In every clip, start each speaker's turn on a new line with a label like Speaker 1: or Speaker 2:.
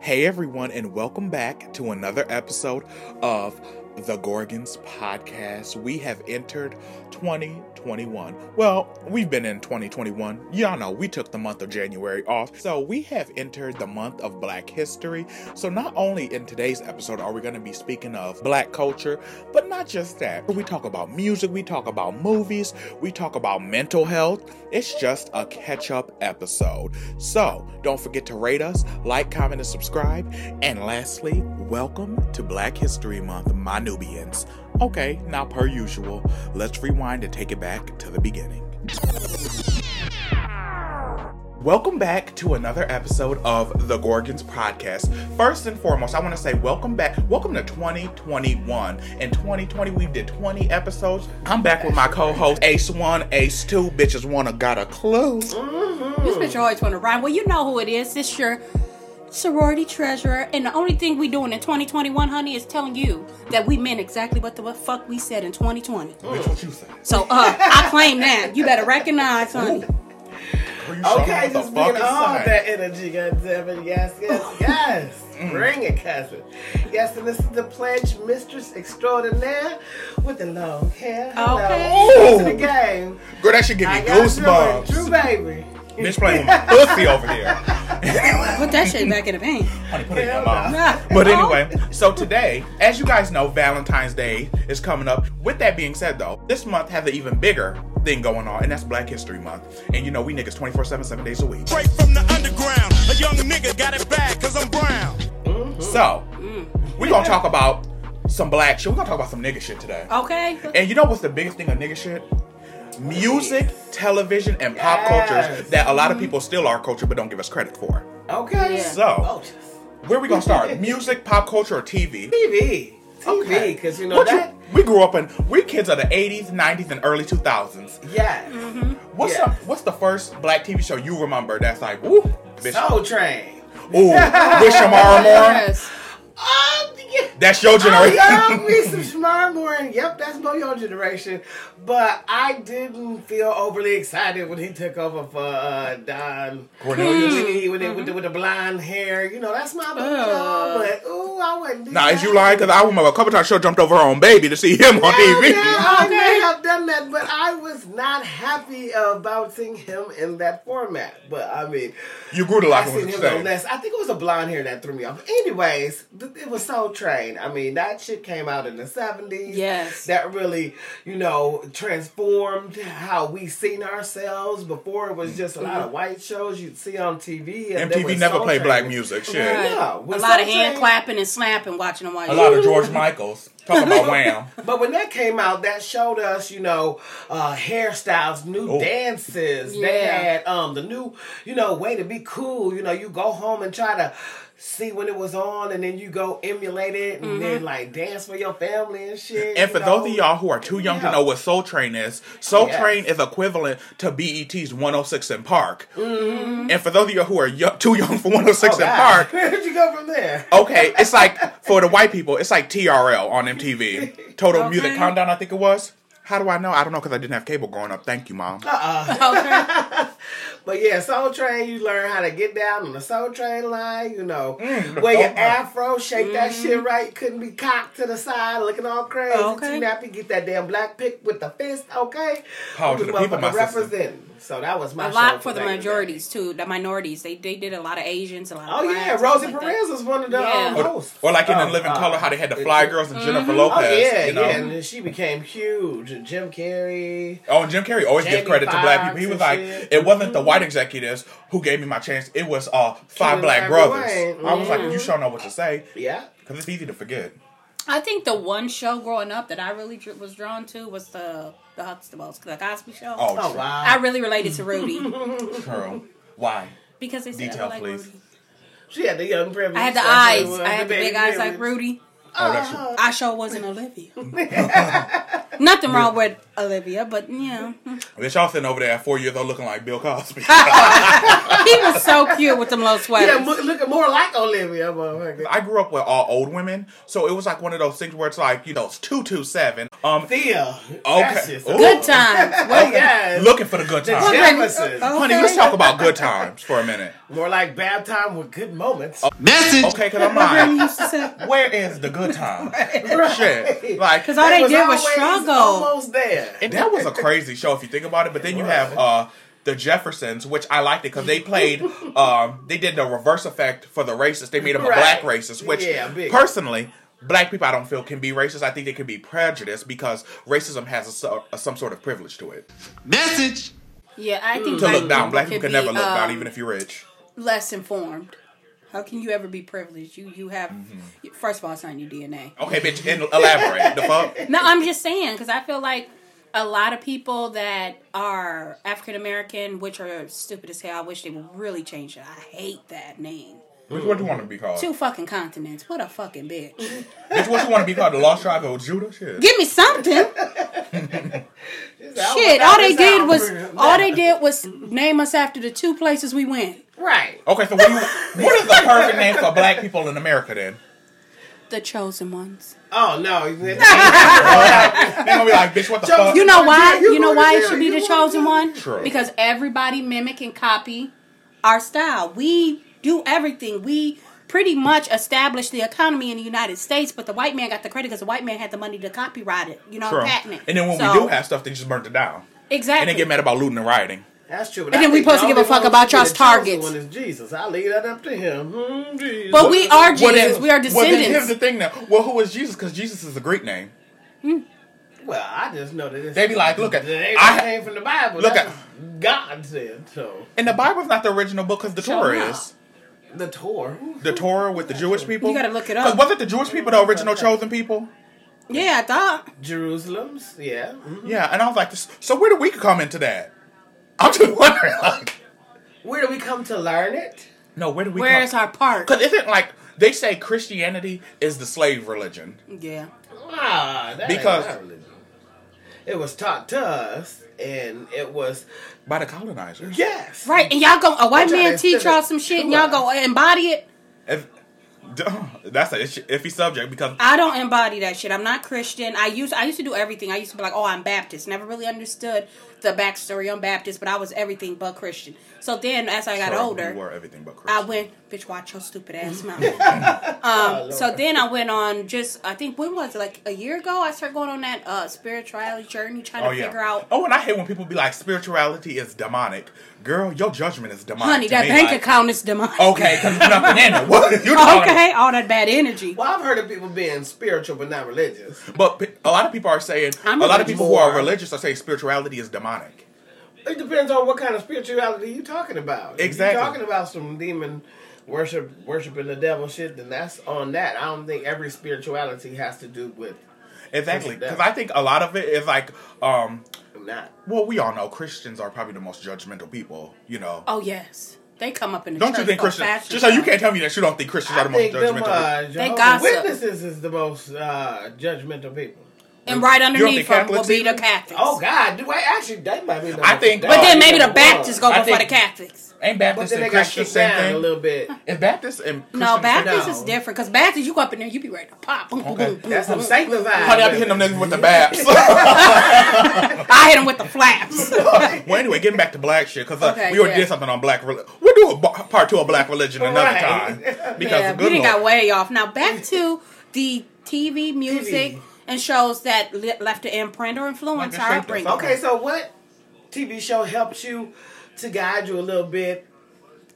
Speaker 1: Hey everyone, and welcome back to another episode of the Gorgons Podcast. We have entered 2021. Well, we've been in 2021. Y'all know we took the month of January off, so we have entered the month of Black History. So, not only in today's episode are we going to be speaking of Black culture, but not just that. We talk about music, we talk about movies, we talk about mental health. It's just a catch up episode. So, don't forget to rate us, like, comment, and subscribe. And lastly, welcome to Black History Month, my Nubians. Okay, now, per usual, let's rewind and take it back to the beginning. Welcome back to another episode of the Gorgons Podcast. First and foremost, I want to say welcome back. Welcome to 2021. In 2020, we did 20 episodes. I'm back with my co-host Ace One, Ace Two. Bitches wanna got a clue.
Speaker 2: This bitch always want to rhyme. Well, you know who it is. It's your sorority treasurer. And the only thing we doing in 2021, honey, is telling you that we meant exactly what the what fuck we said in 2020.
Speaker 1: Bitch, what you say?
Speaker 2: So, uh, I claim that. You better recognize, honey.
Speaker 1: Who you showing
Speaker 3: Okay,
Speaker 1: the
Speaker 3: just
Speaker 1: fuck
Speaker 3: bring
Speaker 1: is
Speaker 3: all
Speaker 1: saying?
Speaker 3: that energy, goddammit. Yes, yes, yes. Bring it, cousin. Yes, and this is the pledge mistress extraordinaire with the long hair. Hello.
Speaker 2: Okay.
Speaker 3: Into the game.
Speaker 1: Girl, that should give me
Speaker 3: I got Drew, Drew
Speaker 1: goosebumps.
Speaker 3: baby.
Speaker 1: Bitch playing with my pussy over here.
Speaker 2: Put that shit back in the paint.
Speaker 1: Honey, put it in your
Speaker 3: Hell
Speaker 1: mouth.
Speaker 2: no.
Speaker 1: But anyway, so today, as you guys know, Valentine's Day is coming up. With that being said, though, this month has an even bigger thing going on, and that's Black History Month. And you know, we niggas 24 7, 7 days a week.
Speaker 4: straight from the underground. A young nigga got it bad cause I'm brown.
Speaker 1: So, we're gonna talk about some black shit. We're gonna talk about some nigga shit today.
Speaker 2: Okay?
Speaker 1: And you know what's the biggest thing of nigga shit? Music, television, and pop
Speaker 3: Yes.
Speaker 1: cultures that a lot of people still are culture but don't give us credit for.
Speaker 3: Okay.
Speaker 2: Yeah.
Speaker 1: So,
Speaker 3: Oh, yes.
Speaker 1: Where we gonna start? Music, pop culture, or TV?
Speaker 3: TV. TV,
Speaker 1: Okay.
Speaker 3: because you know
Speaker 1: What
Speaker 3: that.
Speaker 1: you- we grew up in. We kids of the '80s, '90s, and early 2000s.
Speaker 3: Yes.
Speaker 1: What's
Speaker 3: Yeah.
Speaker 1: the What's the first black TV show you remember that's like, ooh, bitch,
Speaker 3: Soul Train.
Speaker 1: ooh, with Shamara Moore?
Speaker 2: Yes.
Speaker 3: Oh, yeah.
Speaker 1: That's your
Speaker 3: Oh,
Speaker 1: generation.
Speaker 3: yeah, me some smart morning. Yep, that's more your generation. But I didn't feel overly excited when he took over for uh, Don.
Speaker 1: Cornelius.
Speaker 3: When he- when he- with, the, with the blonde hair, you know, that's my
Speaker 2: Ugh.
Speaker 3: book. But ooh, I wouldn't do
Speaker 1: Now,
Speaker 3: that.
Speaker 1: is you lying? Because I remember a couple times she jumped over her own baby to see him on
Speaker 3: Hell
Speaker 1: TV.
Speaker 3: yeah, I may have done that, but I was not happy about seeing him in that format. But I mean,
Speaker 1: You grew to
Speaker 3: I
Speaker 1: like him.
Speaker 3: seen
Speaker 1: what you
Speaker 3: him
Speaker 1: say.
Speaker 3: on less. I think it was a blonde hair that threw me off. Anyways, th- it was Soul Train. I mean, that shit came out in the seventies.
Speaker 2: Yes.
Speaker 3: that really, you know, transformed how we seen ourselves. Before it was just a lot of white shows you'd see on TV. And there
Speaker 1: MTV
Speaker 3: was
Speaker 1: never
Speaker 3: Soul
Speaker 1: played
Speaker 3: Train.
Speaker 1: black music. Shit.
Speaker 2: Right.
Speaker 3: Yeah,
Speaker 2: a
Speaker 3: with
Speaker 2: lot of
Speaker 3: something-
Speaker 2: hand clapping and slapping, watching them while
Speaker 1: A
Speaker 2: you-
Speaker 1: lot of George Michaels talking about wham.
Speaker 3: But when that came out, that showed us, you know, uh, hairstyles, new
Speaker 1: Oh.
Speaker 3: dances. They
Speaker 2: Yeah.
Speaker 3: had um, the new, you know, way to be cool. You know, you go home and try to see when it was on, and then you go emulate it, and then like dance for your family and shit.
Speaker 1: And
Speaker 3: you
Speaker 1: for
Speaker 3: know.
Speaker 1: those of y'all who are too young to
Speaker 3: Yeah.
Speaker 1: know what Soul Train is, Soul
Speaker 3: Yes.
Speaker 1: Train is equivalent to E BET's 106 in oh Park. And for those of y'all who are yo- too young for 106
Speaker 3: Mm-hmm. Oh,
Speaker 1: in
Speaker 3: God.
Speaker 1: Park,
Speaker 3: where'd you go from there?
Speaker 1: okay, it's like for the white people, it's like TRL on MTV, Total
Speaker 2: Okay.
Speaker 1: Music Countdown, I think it was. How do I know? I don't know because I didn't have cable growing up. Thank you, mom.
Speaker 3: Uh,
Speaker 2: Okay.
Speaker 3: But yeah, Soul Train, you learn how to get down on the Soul Train line, you know. Wear
Speaker 1: Soul
Speaker 3: your
Speaker 1: Train.
Speaker 3: afro, shake that
Speaker 1: Mm-hmm.
Speaker 3: shit right, couldn't be cocked to the side, looking all crazy.
Speaker 1: Oh,
Speaker 2: Okay.
Speaker 3: Too nappy, get that damn black pick with the fist, okay?
Speaker 1: Power to
Speaker 3: We
Speaker 1: the people,
Speaker 3: motherfucker
Speaker 1: my sister.
Speaker 3: representing. So that was my
Speaker 2: a lot
Speaker 3: show
Speaker 2: for the
Speaker 3: back in day.
Speaker 2: majorities, too. The minorities. They they did a lot of Asians, a lot of
Speaker 3: Oh yeah,
Speaker 2: blacks, stuff
Speaker 3: Rosie
Speaker 2: like that.
Speaker 3: Perez was one of the
Speaker 2: Yeah.
Speaker 3: um,
Speaker 2: Or-
Speaker 3: hosts.
Speaker 1: Or like in *The Living
Speaker 3: Oh, oh.
Speaker 1: Color, how they had the Fly Girls and Jennifer Lopez.
Speaker 3: Oh yeah,
Speaker 1: you know?
Speaker 3: yeah, and then she became huge. And Jim Carrey.
Speaker 1: Oh, and Jim Carrey always gives
Speaker 3: Jamie
Speaker 1: credit to black people.
Speaker 3: Foxx
Speaker 1: He
Speaker 3: and
Speaker 1: was like,
Speaker 3: shit. Mm-hmm.
Speaker 1: it wasn't the white executives who gave me my chance. It was uh, five
Speaker 3: Kevin
Speaker 1: black
Speaker 3: Ivory
Speaker 1: brothers.
Speaker 3: Wayne.
Speaker 1: I was like, you sure know what to say.
Speaker 3: Yeah.
Speaker 1: Because it's easy to forget.
Speaker 2: I think the one show growing up that I really dr- was drawn to was the the Huxtables, the Cosby Show.
Speaker 1: Oh,
Speaker 3: Oh
Speaker 1: wow.
Speaker 3: wow.
Speaker 2: I really related to Rudy
Speaker 1: Girl. Why?
Speaker 2: because they said I
Speaker 1: Detail,
Speaker 2: like
Speaker 1: please.
Speaker 2: Rudy.
Speaker 3: she had the young privilege.
Speaker 2: I had the
Speaker 3: That's what it was,
Speaker 2: eyes. I had the
Speaker 3: baby
Speaker 2: big eyes like
Speaker 3: privilege.
Speaker 2: Rudy.
Speaker 1: Oh, that's
Speaker 2: I sure wasn't Olivia. Nothing wrong with Olivia, but yeah,
Speaker 1: Bitch, y'all sitting over there at four years old looking like Bill Cosby.
Speaker 2: he was so cute with them little sweaters.
Speaker 3: Yeah, mo- looking more like Olivia, motherfucker.
Speaker 1: I grew up with all old women, so it was like one of those things where it's like, you know, it's 227. Um,
Speaker 3: Thea.
Speaker 1: Okay.
Speaker 3: That's just-
Speaker 1: Ooh.
Speaker 2: Good times.
Speaker 3: Oh, yes.
Speaker 1: looking for the good times.
Speaker 3: Jefferson. Jeffersons.
Speaker 2: Okay.
Speaker 1: Honey, let's talk about good times for a minute.
Speaker 3: More like bad time with good moments.
Speaker 1: Oh,
Speaker 5: Message.
Speaker 1: Okay, because I'm
Speaker 2: Grandma
Speaker 1: like,
Speaker 2: used to say,
Speaker 1: where is the good time? Shit. Like,
Speaker 2: 'Cause all
Speaker 3: It
Speaker 2: they
Speaker 3: was
Speaker 2: did was
Speaker 3: always
Speaker 2: struggle.
Speaker 3: Almost there.
Speaker 1: And that was a crazy show if you think about it. But then you have uh the Jeffersons, which I liked it because they played. um They did the reverse effect for the racist. They made them a black
Speaker 3: Right.
Speaker 1: racist, which
Speaker 3: Yeah, big.
Speaker 1: personally. Black people, I don't feel can be racist. I think they can be prejudiced because racism has a, so- a- some sort of privilege to it.
Speaker 5: Message.
Speaker 2: yeah, I think
Speaker 1: To
Speaker 2: black
Speaker 1: look down, black
Speaker 2: could
Speaker 1: people can
Speaker 2: be,
Speaker 1: never look down,
Speaker 2: um,
Speaker 1: even if you're rich.
Speaker 2: less informed. How can you ever be privileged? You you have
Speaker 1: Mm-hmm.
Speaker 2: first of all, it's not in your DNA.
Speaker 1: Okay, bitch, and elaborate. the fuck?
Speaker 2: No, I'm just saying because I feel like a lot of people that are African American, which are stupid as hell. I wish they would really change it. I hate that name.
Speaker 1: Bitch, what do you want to be called?
Speaker 2: Two fucking continents. What a fucking bitch.
Speaker 1: Bitch, what you want to be called? The Lost Tribe of Judah? Shit.
Speaker 2: Give me something.
Speaker 3: That was-
Speaker 2: Shit.
Speaker 3: that
Speaker 2: All they did
Speaker 3: our
Speaker 2: was
Speaker 3: program.
Speaker 2: all they did was name us after the two places we went.
Speaker 3: Right.
Speaker 1: Okay, so what, do you, what is the perfect name for black people in America then?
Speaker 2: The chosen ones.
Speaker 3: Oh no.
Speaker 1: They're gonna be like, bitch, what the
Speaker 3: Joe,
Speaker 1: fuck?
Speaker 2: You know why?
Speaker 3: Yeah, you
Speaker 2: You know
Speaker 3: going
Speaker 2: why
Speaker 3: to
Speaker 2: it
Speaker 3: jail.
Speaker 2: should be
Speaker 3: You
Speaker 2: the
Speaker 3: going to
Speaker 2: chosen
Speaker 3: jail.
Speaker 2: one?
Speaker 1: True.
Speaker 2: Because everybody mimic and copy our style. We do everything. We pretty much established the economy in the United States, but the white man got the credit because the white man had the money to copyright it. You know,
Speaker 1: True.
Speaker 2: patent it.
Speaker 1: And then when we
Speaker 2: So-
Speaker 1: do have stuff, they just burnt it down.
Speaker 2: exactly,
Speaker 1: And they get mad about looting and rioting.
Speaker 3: That's true.
Speaker 2: And then we supposed to give a fuck about y'all's targets.
Speaker 3: One is Jesus. I leave that up to him. Hmm, Jesus.
Speaker 2: but we are Jesus.
Speaker 1: then-
Speaker 2: we are
Speaker 1: Well, then here's
Speaker 2: descendants.
Speaker 1: the thing now. Well, who is Jesus? Because Jesus is a Greek name.
Speaker 3: Well, I just know that it's,
Speaker 1: They be like, look at-
Speaker 3: They
Speaker 1: I-
Speaker 3: came from the Bible.
Speaker 1: look
Speaker 3: That's
Speaker 1: at-
Speaker 3: what God said so.
Speaker 1: And the Bible's not the original book because the
Speaker 2: Sure
Speaker 1: Torah
Speaker 2: not.
Speaker 1: is.
Speaker 3: The Torah.
Speaker 1: The Torah with the Jewish people.
Speaker 2: You gotta look it
Speaker 1: 'Cause
Speaker 2: up.
Speaker 1: wasn't the Jewish people the original chosen people?
Speaker 2: yeah, I thought.
Speaker 3: Jerusalem's, yeah. Mhm.
Speaker 1: Yeah. And I was like, so where do we come into that? I'm just wondering. Like,
Speaker 3: Where do we come to learn it?
Speaker 1: no, where do we
Speaker 2: Where is
Speaker 1: come
Speaker 2: our part?
Speaker 1: Because isn't like, they say Christianity is the slave religion.
Speaker 2: Yeah,
Speaker 3: Ah, that ain't
Speaker 1: Because-
Speaker 3: our religion. it was taught to us, and it was
Speaker 1: By the colonizers.
Speaker 3: yes,
Speaker 2: right. And y'all go a white
Speaker 3: Which I
Speaker 2: man teach
Speaker 3: said
Speaker 2: y'all
Speaker 3: it.
Speaker 2: some shit, and
Speaker 3: Sure.
Speaker 2: y'all go embody it.
Speaker 1: If, that's an iffy subject because
Speaker 2: I don't embody that shit. I'm not Christian. I used I used to do everything. I used to be like, oh, I'm Baptist. Never really understood the backstory on Baptist, but I was everything but Christian. So then, as I got
Speaker 1: Sorry,
Speaker 2: older,
Speaker 1: you were everything but Christian.
Speaker 2: I went, bitch, watch your stupid ass mouth. um, so then I went on just I think when was it like a year ago? I started going on that uh, spirituality journey, trying
Speaker 1: Oh
Speaker 2: to
Speaker 1: yeah.
Speaker 2: figure out.
Speaker 1: Oh, and I hate when people be like, spirituality is demonic. Girl, your judgment is demonic.
Speaker 2: Honey,
Speaker 1: to
Speaker 2: that
Speaker 1: me,
Speaker 2: bank
Speaker 1: like,
Speaker 2: account is demonic.
Speaker 1: Okay, because nothing in it. What are you talking
Speaker 2: okay, all that bad energy.
Speaker 3: Well, I've heard of people being spiritual but not religious.
Speaker 1: about? But pe- a lot of people are saying.
Speaker 2: I'm
Speaker 1: a lot of people who
Speaker 2: religious.
Speaker 1: are religious are saying spirituality is demonic.
Speaker 3: It depends on what kind of spirituality you're talking about. If
Speaker 1: Exactly.
Speaker 3: you're talking about some demon worship, worshiping the devil shit, then that's on that. I don't think every spirituality has to do with
Speaker 1: Exactly,
Speaker 3: That's
Speaker 1: because
Speaker 3: that.
Speaker 1: I think a lot of it is like, um,
Speaker 3: not.
Speaker 1: well, we all know Christians are probably the most judgmental people. You know,
Speaker 2: Oh yes, they come up in the
Speaker 1: don't
Speaker 2: church
Speaker 1: you think
Speaker 2: so
Speaker 1: Christians?
Speaker 2: fast and
Speaker 1: Just so you
Speaker 2: stuff.
Speaker 1: can't tell me that you don't think Christians are
Speaker 3: I
Speaker 1: the most
Speaker 3: think them
Speaker 1: judgmental. people.
Speaker 3: uh,
Speaker 2: They
Speaker 3: Jehovah's
Speaker 2: gossip.
Speaker 3: Witnesses is the most uh, judgmental people.
Speaker 2: And right underneath
Speaker 1: think
Speaker 2: them will
Speaker 1: Catholics
Speaker 2: be the
Speaker 1: either?
Speaker 2: Catholics.
Speaker 3: Oh God, do I actually? They might be. Number,
Speaker 1: I think-
Speaker 3: they
Speaker 1: But
Speaker 2: But then
Speaker 3: might be
Speaker 2: maybe the
Speaker 3: number one.
Speaker 2: Baptists go
Speaker 1: I
Speaker 2: before the
Speaker 1: think-
Speaker 2: Catholics.
Speaker 1: Ain't
Speaker 3: But
Speaker 1: Baptist
Speaker 3: then
Speaker 1: and
Speaker 3: they got
Speaker 1: Christian
Speaker 3: kicked
Speaker 1: same
Speaker 3: down
Speaker 1: thing?
Speaker 3: a little bit.
Speaker 1: Is Baptist and Christian
Speaker 2: No, Baptist
Speaker 3: No.
Speaker 2: is different because Baptist, you go up in there, you be ready to pop. Boom, boom,
Speaker 1: Okay.
Speaker 2: boom, boom,
Speaker 3: That's some
Speaker 2: boom.
Speaker 3: sanctified.
Speaker 1: Honey, I be hitting them niggas with the Babs.
Speaker 2: I hit him with the flaps.
Speaker 1: Well, anyway, getting back to black shit because uh,
Speaker 2: Okay,
Speaker 1: we already
Speaker 2: yeah.
Speaker 1: did something on black. Reli- we'll do a b- part two of black religion another
Speaker 3: Right.
Speaker 1: time because
Speaker 2: yeah,
Speaker 1: the
Speaker 2: we
Speaker 1: good
Speaker 2: didn't
Speaker 1: Lord,
Speaker 2: got way off. Now back to the TV, music,
Speaker 3: TV.
Speaker 2: and shows that li- left an imprint or influence
Speaker 1: Like I
Speaker 2: our
Speaker 1: said,
Speaker 2: upbringing.
Speaker 3: Okay, so what TV show helped you to guide you a little bit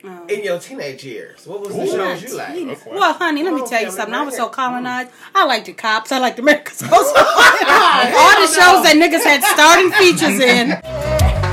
Speaker 2: Oh.
Speaker 3: in your teenage years? What was the
Speaker 1: Ooh.
Speaker 3: shows you like?
Speaker 1: Okay.
Speaker 2: Well, honey, let me
Speaker 3: Oh,
Speaker 2: tell you
Speaker 3: Kelly,
Speaker 2: something. I
Speaker 3: right
Speaker 2: was
Speaker 3: here.
Speaker 2: so colonized. I liked the cops. I liked America's Most Wanted. All the shows that niggas had starting features in.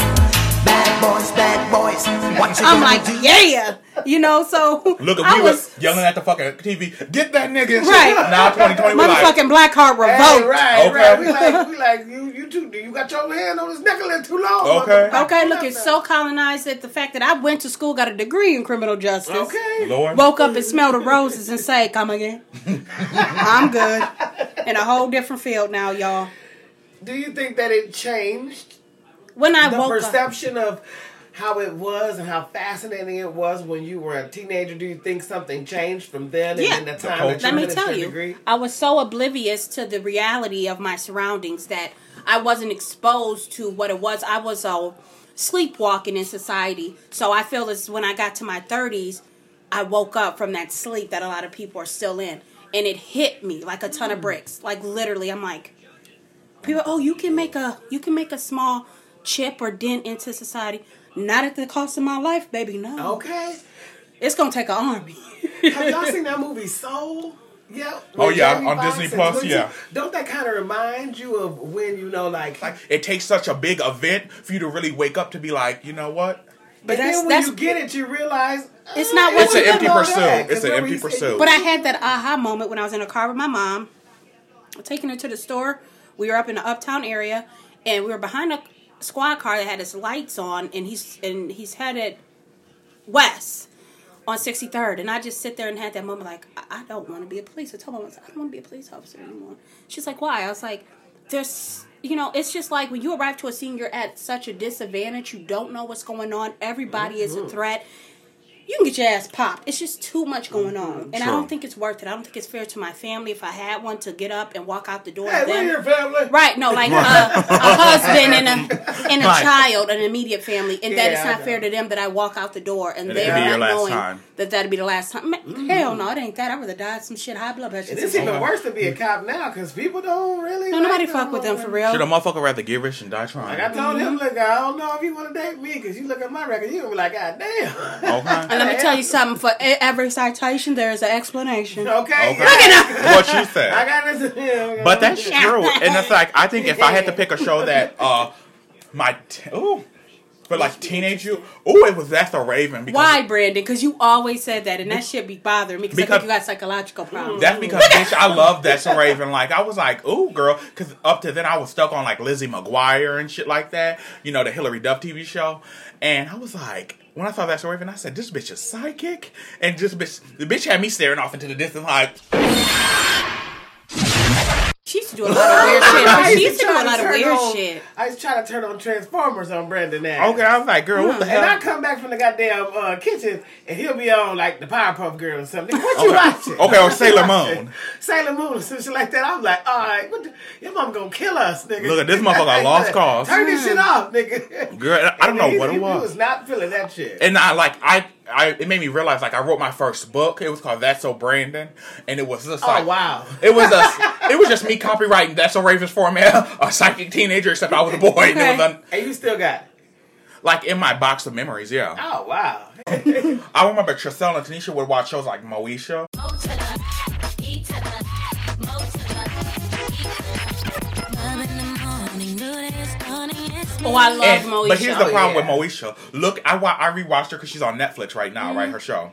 Speaker 6: Bad boys, bad boys. What you
Speaker 2: I'm
Speaker 6: gonna
Speaker 2: like,
Speaker 6: do?
Speaker 2: yeah, you know. So
Speaker 1: look, if
Speaker 2: I
Speaker 1: we
Speaker 2: was
Speaker 1: was yelling at the fucking TV, get that nigga.
Speaker 2: Right.
Speaker 1: now, twenty twenty, we like,
Speaker 2: motherfucking Blackheart
Speaker 3: Hey,
Speaker 2: revolt.
Speaker 3: right,
Speaker 1: Okay.
Speaker 3: right. We like, we like you. You too. You got your hand on his neck a little too long.
Speaker 1: Okay.
Speaker 3: motherfucker.
Speaker 2: Okay, look, it's so colonized that the fact that I went to school, got a degree in criminal justice,
Speaker 3: Okay.
Speaker 1: Lord,
Speaker 2: woke up and smelled the roses and say, "Come again." I'm good in a whole different field now, y'all.
Speaker 3: Do you think that it changed
Speaker 2: When I
Speaker 3: the
Speaker 2: woke up,
Speaker 3: perception of how it was and how fascinating it was when you were a teenager? Do you think something changed from then
Speaker 2: Yeah.
Speaker 3: and then the
Speaker 2: The
Speaker 3: time that you
Speaker 2: let me
Speaker 3: finished
Speaker 2: tell
Speaker 3: your
Speaker 2: you,
Speaker 3: degree?
Speaker 2: I was so oblivious to the reality of my surroundings that I wasn't exposed to what it was. I was uh, sleepwalking in society. So I feel as when I got to my 30s, I woke up from that sleep that a lot of people are still in. And it hit me like a
Speaker 3: Hmm.
Speaker 2: ton of bricks. Like literally, I'm like, people, oh, you can make a you can make a small chip or dent into society. Not at the cost of my life, baby. No,
Speaker 3: Okay.
Speaker 2: it's gonna take an army.
Speaker 3: Have y'all seen that movie Soul? Yeah.
Speaker 1: Oh,
Speaker 3: with
Speaker 1: yeah,
Speaker 3: Jamie
Speaker 1: on
Speaker 3: Foxx
Speaker 1: Disney
Speaker 3: and
Speaker 1: Plus,
Speaker 3: Quincy.
Speaker 1: yeah.
Speaker 3: Don't that kind of remind you of when you know, like,
Speaker 1: Like it takes such a big event for you to really wake up to be like, you know what?
Speaker 3: but
Speaker 2: that's-
Speaker 3: then when
Speaker 2: that's-
Speaker 3: you get it, you realize
Speaker 2: It's
Speaker 3: uh,
Speaker 2: not
Speaker 3: it
Speaker 2: what
Speaker 1: It's
Speaker 3: was
Speaker 1: an empty
Speaker 3: all
Speaker 1: pursuit.
Speaker 3: that, 'cause
Speaker 1: It's an
Speaker 3: remember
Speaker 1: empty
Speaker 3: you said-
Speaker 1: pursuit.
Speaker 2: But I had that aha moment when I was in a car with my mom, taking her to the store. We were up in the uptown area, and we were behind a squad car that had its lights on, and he's and he's headed west on 63rd. And I just sit there and had that moment like, I, I don't want to be a police. I told my mom, I don't want to be a police officer anymore. She's like, why? I was like, there's, you know, it's just like when you arrive to a scene, you're at such a disadvantage. You don't know what's going on. Everybody is
Speaker 3: Mm-hmm.
Speaker 2: a threat. You can get your ass popped. It's just too much going on. And I
Speaker 1: True.
Speaker 2: don't think it's worth it. I don't think it's fair to my family if I had one to get up and walk out the door.
Speaker 3: Hey,
Speaker 2: and
Speaker 3: we're
Speaker 2: them-
Speaker 3: your family.
Speaker 2: Right, no, like a, a husband and a and a
Speaker 1: Right.
Speaker 2: child, an immediate family, and that
Speaker 3: Yeah,
Speaker 2: it's
Speaker 3: I
Speaker 2: not fair
Speaker 3: know.
Speaker 2: to them that I walk out the door and
Speaker 1: That
Speaker 2: they
Speaker 1: it'd be
Speaker 2: are
Speaker 1: your
Speaker 2: not
Speaker 1: last
Speaker 2: knowing
Speaker 1: time.
Speaker 2: that that'd be the last time. Ma- Hell no, it ain't that. I'd rather die of some shit high blood pressure.
Speaker 3: And it's Mm.
Speaker 1: Oh,
Speaker 3: even worse to be a cop now because people don't really.
Speaker 2: Don't nobody
Speaker 3: like
Speaker 2: fuck with them for
Speaker 1: Should a
Speaker 2: real.
Speaker 1: motherfucker rather get rich and die
Speaker 3: Like I
Speaker 1: trying?
Speaker 3: told him, look, I don't know if you want to date me because you look at my record, you gonna be like, God damn.
Speaker 1: Okay.
Speaker 2: And let me tell you something. For e- every citation, there is an explanation.
Speaker 3: okay.
Speaker 1: Okay. what you said.
Speaker 3: I got this. yeah,
Speaker 1: But that's true, and it's like I think if I had to pick a show that uh my t- ooh, but like teenage you, ooh, it was that's a Raven because
Speaker 2: Why, Brandon? Because you always said that, and that shit be bothering me because I
Speaker 1: Because-
Speaker 2: think you got psychological problems.
Speaker 1: That's because bitch, I love that's a Raven. Like I was like, ooh, girl, because up to then I was stuck on like Lizzie McGuire and shit like that. You know the Hillary Duff TV show, and I was like. When I saw that's a Raven, I said, "This bitch is psychic," and this bitch, the bitch had me staring off into the distance, like,
Speaker 2: she used to do a lot of weird shit. She used to do
Speaker 3: try
Speaker 2: a lot of
Speaker 3: turn
Speaker 2: weird
Speaker 3: on-
Speaker 2: shit.
Speaker 3: I used to try to turn on Transformers on Brandon now.
Speaker 1: "Okay." I was like, "Girl, what the
Speaker 3: And I
Speaker 1: hell?"
Speaker 3: come back from the goddamn uh, kitchen and he'll be on like the Powerpuff Girls or something. What you watching?
Speaker 1: Okay, or Sailor
Speaker 3: Watching
Speaker 1: Moon.
Speaker 3: Sailor Moon or some shit like that. I'm like, all right, what the, your mom gonna kill us, nigga.
Speaker 1: Look at this motherfucker, a lost cause.
Speaker 3: Turn this shit
Speaker 2: Hmm.
Speaker 3: off, nigga.
Speaker 1: Girl, I don't know what it
Speaker 3: He
Speaker 1: was.
Speaker 3: was not feeling that shit.
Speaker 1: and I like I I it made me realize like I wrote my first book. It was called That's So Brandon, and it was just
Speaker 3: oh
Speaker 1: like
Speaker 3: wow.
Speaker 1: It was a it was just me copywriting That's So Raven's for me, a psychic teenager, except I was a boy. And it was un-
Speaker 3: And you still got it.
Speaker 1: like in my box of memories. Yeah,
Speaker 3: Oh wow.
Speaker 1: I remember Trisell and Tanisha would watch shows like Moesha.
Speaker 2: Oh, I love
Speaker 1: And-
Speaker 2: Moesha.
Speaker 1: But here's the
Speaker 3: Oh,
Speaker 1: problem
Speaker 3: yeah. Mm-hmm.
Speaker 1: with Moesha. Look, I wa- I rewatched her because she's on Netflix right now, right? Her show.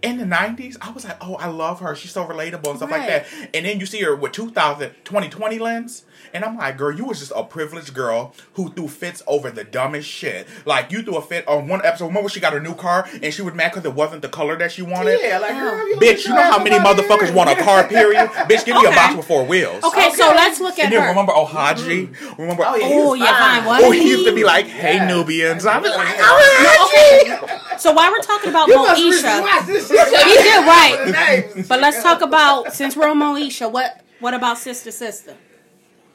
Speaker 1: In the 90s, I was like, oh, I love her. She's so relatable and stuff like
Speaker 2: Right.
Speaker 1: that. And then you see her with 2000, 2020 lens. And I'm like, girl, you was just a privileged girl who threw fits over the dumbest shit. Like, you threw a fit on one episode. Remember when she got her new car and she was mad because it wasn't the color that she wanted?
Speaker 3: Yeah, like girl, you
Speaker 1: Bitch, you know how many motherfuckers want a car, period? Bitch, give me a
Speaker 2: Okay.
Speaker 1: box with four wheels.
Speaker 2: Okay, so
Speaker 3: Okay.
Speaker 2: let's look at
Speaker 1: And then
Speaker 2: her.
Speaker 1: remember Ohaji? Remember
Speaker 3: Oh yeah, he
Speaker 2: Oh,
Speaker 3: was
Speaker 2: yeah,
Speaker 3: fine.
Speaker 2: fine. What?
Speaker 1: Oh, he used to be like, "Hey,
Speaker 3: Yeah.
Speaker 1: Nubians." I'm like,
Speaker 2: So while we're talking about
Speaker 3: You must really
Speaker 2: Moesha,
Speaker 3: watch this shit.
Speaker 2: he did
Speaker 3: The
Speaker 2: right.
Speaker 3: names.
Speaker 2: But let's talk about since we're on Moesha, what what about Sister Sister?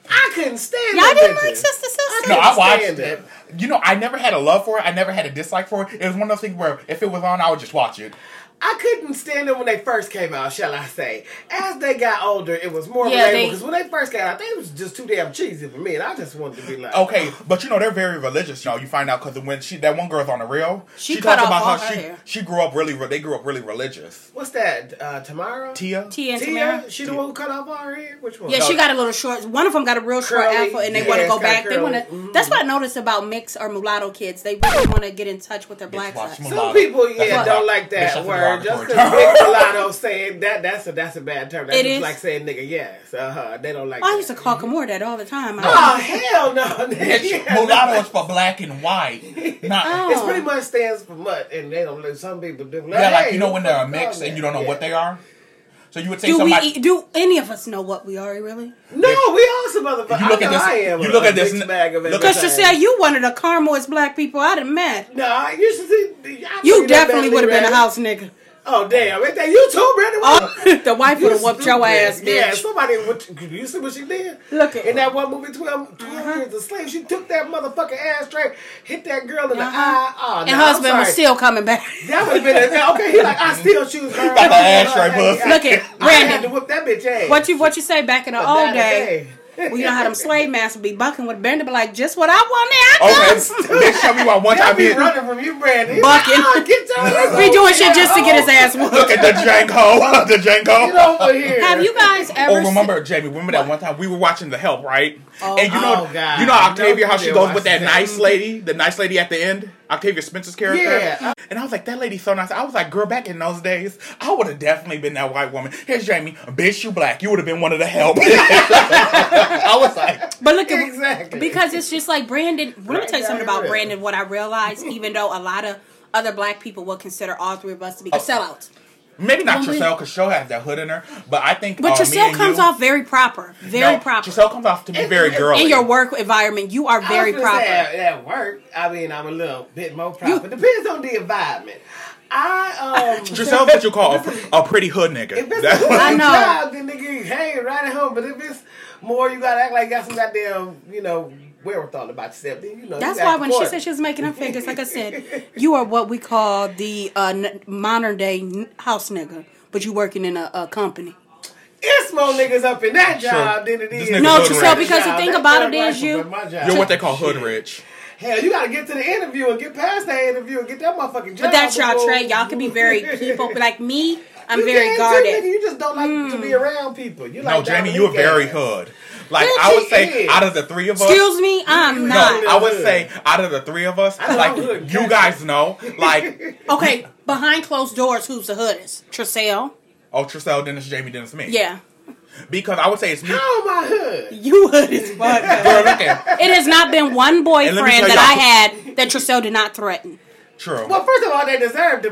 Speaker 3: I couldn't stand
Speaker 2: Y'all
Speaker 3: that
Speaker 2: didn't
Speaker 3: bitch.
Speaker 2: like Sister Sister?
Speaker 1: no, I watched
Speaker 3: Stand
Speaker 1: it.
Speaker 3: up.
Speaker 1: You know, I never had a love for it. I never had a dislike for it. It was one of those things where if it was on, I would just watch it.
Speaker 3: I couldn't stand them when they first came out, shall I say. As they got older, it was more
Speaker 2: Yeah,
Speaker 3: relatable.
Speaker 2: they-
Speaker 3: Because when they first came out, they was just too damn cheesy for me. And I just wanted to be like,
Speaker 1: Okay, but you know they're very religious. You know, you find out because when she that one girl's on the reel,
Speaker 2: She cut off all her
Speaker 1: she
Speaker 2: hair.
Speaker 1: she grew up really. re- They grew up really religious.
Speaker 3: what's that, uh, Tamara?
Speaker 1: Tia,
Speaker 2: Tia and
Speaker 3: Tia?
Speaker 2: Tamara.
Speaker 3: She the one who cut off our hair? Which one?
Speaker 2: Yeah, she got a little short. One of them got a real short
Speaker 3: Curly,
Speaker 2: afro, and they
Speaker 3: yeah,
Speaker 2: want to
Speaker 3: it's
Speaker 2: go
Speaker 3: kinda
Speaker 2: back. They want
Speaker 3: curly. Mm-hmm.
Speaker 2: to. That's what I noticed about mixed or mulatto kids. They really want to get in touch with their black
Speaker 1: watch
Speaker 2: side.
Speaker 1: Mulatto.
Speaker 3: Some people,
Speaker 1: That's
Speaker 3: yeah,
Speaker 1: a-
Speaker 3: don't like
Speaker 1: that's
Speaker 3: that
Speaker 1: just a
Speaker 3: word. Just
Speaker 1: derogatory
Speaker 3: because Big Mulatto saying that, that's a, that's a bad term. That's
Speaker 2: It
Speaker 3: just
Speaker 2: is.
Speaker 3: like saying nigga, yes. Uh-huh. They don't like
Speaker 2: I
Speaker 3: that.
Speaker 2: used to call
Speaker 1: Mm-hmm.
Speaker 2: Kamora that all the time.
Speaker 3: Oh,
Speaker 2: I-
Speaker 3: hell no. nigga.
Speaker 1: Bitch, mulatto is for black and white. Not
Speaker 2: Oh.
Speaker 3: It's pretty much stands for mutt, and they don't let some people do.
Speaker 1: yeah, like
Speaker 3: hey,
Speaker 1: you know
Speaker 3: who
Speaker 1: when
Speaker 3: the
Speaker 1: they're a
Speaker 3: fuck
Speaker 1: mix
Speaker 3: called
Speaker 1: and you don't know
Speaker 3: that?
Speaker 1: what
Speaker 3: Yeah.
Speaker 1: they are. So you would think
Speaker 2: Do we?
Speaker 1: somebody.
Speaker 2: e- Do any of us know what we are really?
Speaker 3: No, we all some motherfuckers.
Speaker 1: You look
Speaker 3: I
Speaker 1: at
Speaker 3: know
Speaker 1: this-
Speaker 3: I am
Speaker 1: you
Speaker 3: a-
Speaker 1: look
Speaker 3: a
Speaker 1: at this-
Speaker 3: mixed bag of
Speaker 1: look-
Speaker 2: Because
Speaker 3: everything.
Speaker 2: Chaselle, you one of the carmoist black people I'd have met.
Speaker 3: No, I used to see. I
Speaker 2: You
Speaker 3: seen that
Speaker 2: definitely
Speaker 3: Bentley
Speaker 2: would have been a
Speaker 3: Rabbit.
Speaker 2: house nigga.
Speaker 3: Oh damn! Ain't that you too, Brandon?
Speaker 2: Oh, the wife
Speaker 3: You
Speaker 2: would have whooped your
Speaker 3: stupid.
Speaker 2: ass, bitch.
Speaker 3: Yeah, somebody. Would, you see what she did?
Speaker 2: Look at- Uh-huh.
Speaker 3: in that one movie, 12, 12 Years a Slave. She took that motherfucking ashtray, hit that girl in the eye. Oh,
Speaker 2: Uh-huh. and husband was still coming back.
Speaker 3: That would have been a, okay. He like I still choose her.
Speaker 1: Got the ashtray, puss.
Speaker 2: Look at
Speaker 3: I had to
Speaker 2: Brandon.
Speaker 3: whoop that bitch ass.
Speaker 2: What you what you say back in the
Speaker 3: Not
Speaker 2: old day?
Speaker 3: today.
Speaker 2: Well, you know how them slave masters be bucking with Brandon, be like, just what I want now. I
Speaker 1: Okay,
Speaker 2: got."
Speaker 1: bitch, show me why one
Speaker 3: I
Speaker 1: time
Speaker 3: be
Speaker 1: he
Speaker 3: running from you, Brandon.
Speaker 2: Bucking.
Speaker 3: Like, ah, get your ass
Speaker 2: Be
Speaker 3: over
Speaker 2: doing shit
Speaker 3: here.
Speaker 2: just to get his ass
Speaker 1: look
Speaker 2: whooped.
Speaker 1: at the Django, the
Speaker 3: Get
Speaker 1: Django.
Speaker 3: over here.
Speaker 2: Have you guys ever?
Speaker 1: Oh,
Speaker 2: se-
Speaker 1: remember Jamie? Remember that one time we were watching The Help, right?
Speaker 2: Oh,
Speaker 1: and you know,
Speaker 3: oh, God.
Speaker 1: you know Octavia, how
Speaker 3: Nope,
Speaker 1: she
Speaker 3: didn't
Speaker 1: goes
Speaker 3: watch
Speaker 1: with that
Speaker 3: that.
Speaker 1: nice lady, the nice lady at the end, Octavia Spencer's character.
Speaker 3: Yeah.
Speaker 1: And I was like, that lady so nice. I was like, girl, back in those days, I would have definitely been that white woman. Here's Jamie, bitch, you black. You would have been one of the help. I was like,
Speaker 2: But look at
Speaker 3: Exactly.
Speaker 2: because it's just like Brandon. Let me
Speaker 3: Right
Speaker 2: tell you something
Speaker 3: down
Speaker 2: about
Speaker 3: here.
Speaker 2: Brandon. What I realized, even though a lot of other black people will consider all three of us
Speaker 1: Oh.
Speaker 2: to be sellouts,
Speaker 1: maybe not
Speaker 2: Well, we-
Speaker 1: Giselle because she'll have that hood in her, but I think. uh,
Speaker 2: but
Speaker 1: me
Speaker 2: Giselle
Speaker 1: and
Speaker 2: comes
Speaker 1: you-
Speaker 2: off very proper, very
Speaker 1: No,
Speaker 2: proper.
Speaker 1: Giselle comes off to be
Speaker 3: It-
Speaker 1: very
Speaker 3: it-
Speaker 1: girly.
Speaker 2: in your work environment, you are
Speaker 3: I was
Speaker 2: very
Speaker 3: gonna
Speaker 2: proper.
Speaker 3: say At, at work, I mean, I'm a little bit more proper. Depends on the environment. I um.
Speaker 1: Giselle, what you call a, pr- a pretty hood nigga.
Speaker 3: If it's
Speaker 1: That's-
Speaker 3: a
Speaker 2: I
Speaker 3: I
Speaker 2: know.
Speaker 3: job, then nigga, hey, right at home. But if it's more, you gotta act like you got some goddamn, you know, wherewithal about yourself. Then you know.
Speaker 2: That's
Speaker 3: you
Speaker 2: why
Speaker 3: got
Speaker 2: when
Speaker 3: the
Speaker 2: she
Speaker 3: quarter.
Speaker 2: said she was making her fingers, like I said, you are what we call the uh, n- modern day n- house nigga, but you working in a, a company.
Speaker 3: it's more niggas up in that job than it
Speaker 1: This
Speaker 3: is.
Speaker 1: nigga
Speaker 2: No,
Speaker 1: hood
Speaker 2: Giselle,
Speaker 1: rat.
Speaker 2: because the
Speaker 3: Job.
Speaker 2: thing
Speaker 3: That
Speaker 2: about
Speaker 3: third
Speaker 2: it is
Speaker 3: rifle
Speaker 2: you,
Speaker 3: was my job.
Speaker 1: You're what they call hood rich.
Speaker 3: Hell, you gotta get to the interview and get past that interview and get that motherfucking job.
Speaker 2: but that's y'all
Speaker 3: before-
Speaker 2: trade. Y'all can be very people, but like me, I'm
Speaker 3: You
Speaker 2: very
Speaker 3: can't do nothing.
Speaker 2: guarded. Hmm.
Speaker 3: You just don't like to be around people. You
Speaker 1: No,
Speaker 3: like
Speaker 1: Jamie,
Speaker 3: Dominique
Speaker 1: you are very
Speaker 3: ass.
Speaker 1: hood. Like
Speaker 3: Bitch,
Speaker 1: I would
Speaker 3: she
Speaker 1: say,
Speaker 3: is.
Speaker 1: out of the three of us,
Speaker 2: Excuse me, I'm
Speaker 1: no,
Speaker 2: not.
Speaker 1: I would say out of the three of us,
Speaker 3: know
Speaker 1: like
Speaker 3: I'm hood.
Speaker 1: you guys know, like
Speaker 2: Okay, behind closed doors, who's the hoodest? Tracell?
Speaker 1: Ultra Cell, Dennis, Jamie, Dennis, me.
Speaker 2: Yeah.
Speaker 1: because I would say it's me.
Speaker 3: How am I hood?
Speaker 2: You hood as fuck.
Speaker 1: Girl, look at
Speaker 2: it has not been one boyfriend
Speaker 1: let me tell
Speaker 2: that I had that Tracell did not threaten.
Speaker 1: true.
Speaker 3: Well, first of all, they deserve the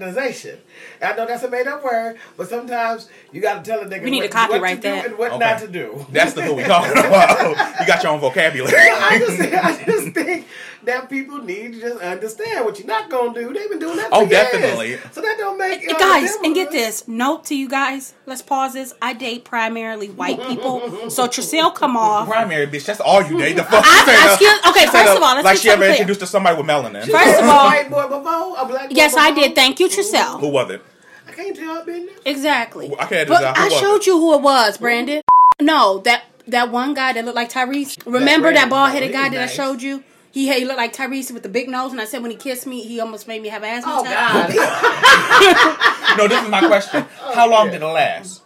Speaker 3: pre-threatenization. I know that's a made-up word, but sometimes you got to tell a nigga
Speaker 2: We need
Speaker 3: what,
Speaker 2: to copyright
Speaker 3: what to
Speaker 2: that.
Speaker 3: do and what
Speaker 1: Okay.
Speaker 3: not to do.
Speaker 1: That's the who we talking about. you got your own vocabulary.
Speaker 3: I just, I just think that people need to just understand what you're not gonna do. They've been doing that.
Speaker 1: Oh,
Speaker 3: for years.
Speaker 1: definitely.
Speaker 3: So that don't make uh,
Speaker 2: guys,
Speaker 3: them
Speaker 2: and get
Speaker 3: hood.
Speaker 2: this note to you guys. Let's pause this. I date primarily white people, so Tracell come off.
Speaker 1: Primary bitch, that's all you date. The fuck
Speaker 2: I-
Speaker 1: you say
Speaker 2: I
Speaker 1: though.
Speaker 2: excuse- okay,
Speaker 1: She say
Speaker 2: first
Speaker 1: though,
Speaker 2: of all, let's
Speaker 1: like
Speaker 2: get
Speaker 1: she ever
Speaker 2: something clear.
Speaker 1: introduced to somebody with melanin.
Speaker 2: First of all-
Speaker 3: a white boy before a black. Boy
Speaker 2: Yes, I
Speaker 3: before?
Speaker 2: did. Thank you,
Speaker 1: Who
Speaker 2: Tracell.
Speaker 1: was it?
Speaker 3: I can't tell. I've been there.
Speaker 2: Exactly.
Speaker 1: I can't do
Speaker 2: But
Speaker 1: that. Who
Speaker 2: I
Speaker 1: was
Speaker 2: showed
Speaker 1: it?
Speaker 2: you who it was, Brandon. No, that that one guy that looked like Tyrese. Remember that,
Speaker 3: Brandon
Speaker 2: bald headed
Speaker 3: guy,
Speaker 2: guy
Speaker 3: he
Speaker 2: that I
Speaker 3: nice.
Speaker 2: showed you? He had he looked like Tyrese with the big nose, and I said when he kissed me, he almost made me have asthma.
Speaker 3: Oh
Speaker 2: attack.
Speaker 3: God.
Speaker 1: No, this is my question.
Speaker 3: Oh,
Speaker 1: How long did it last?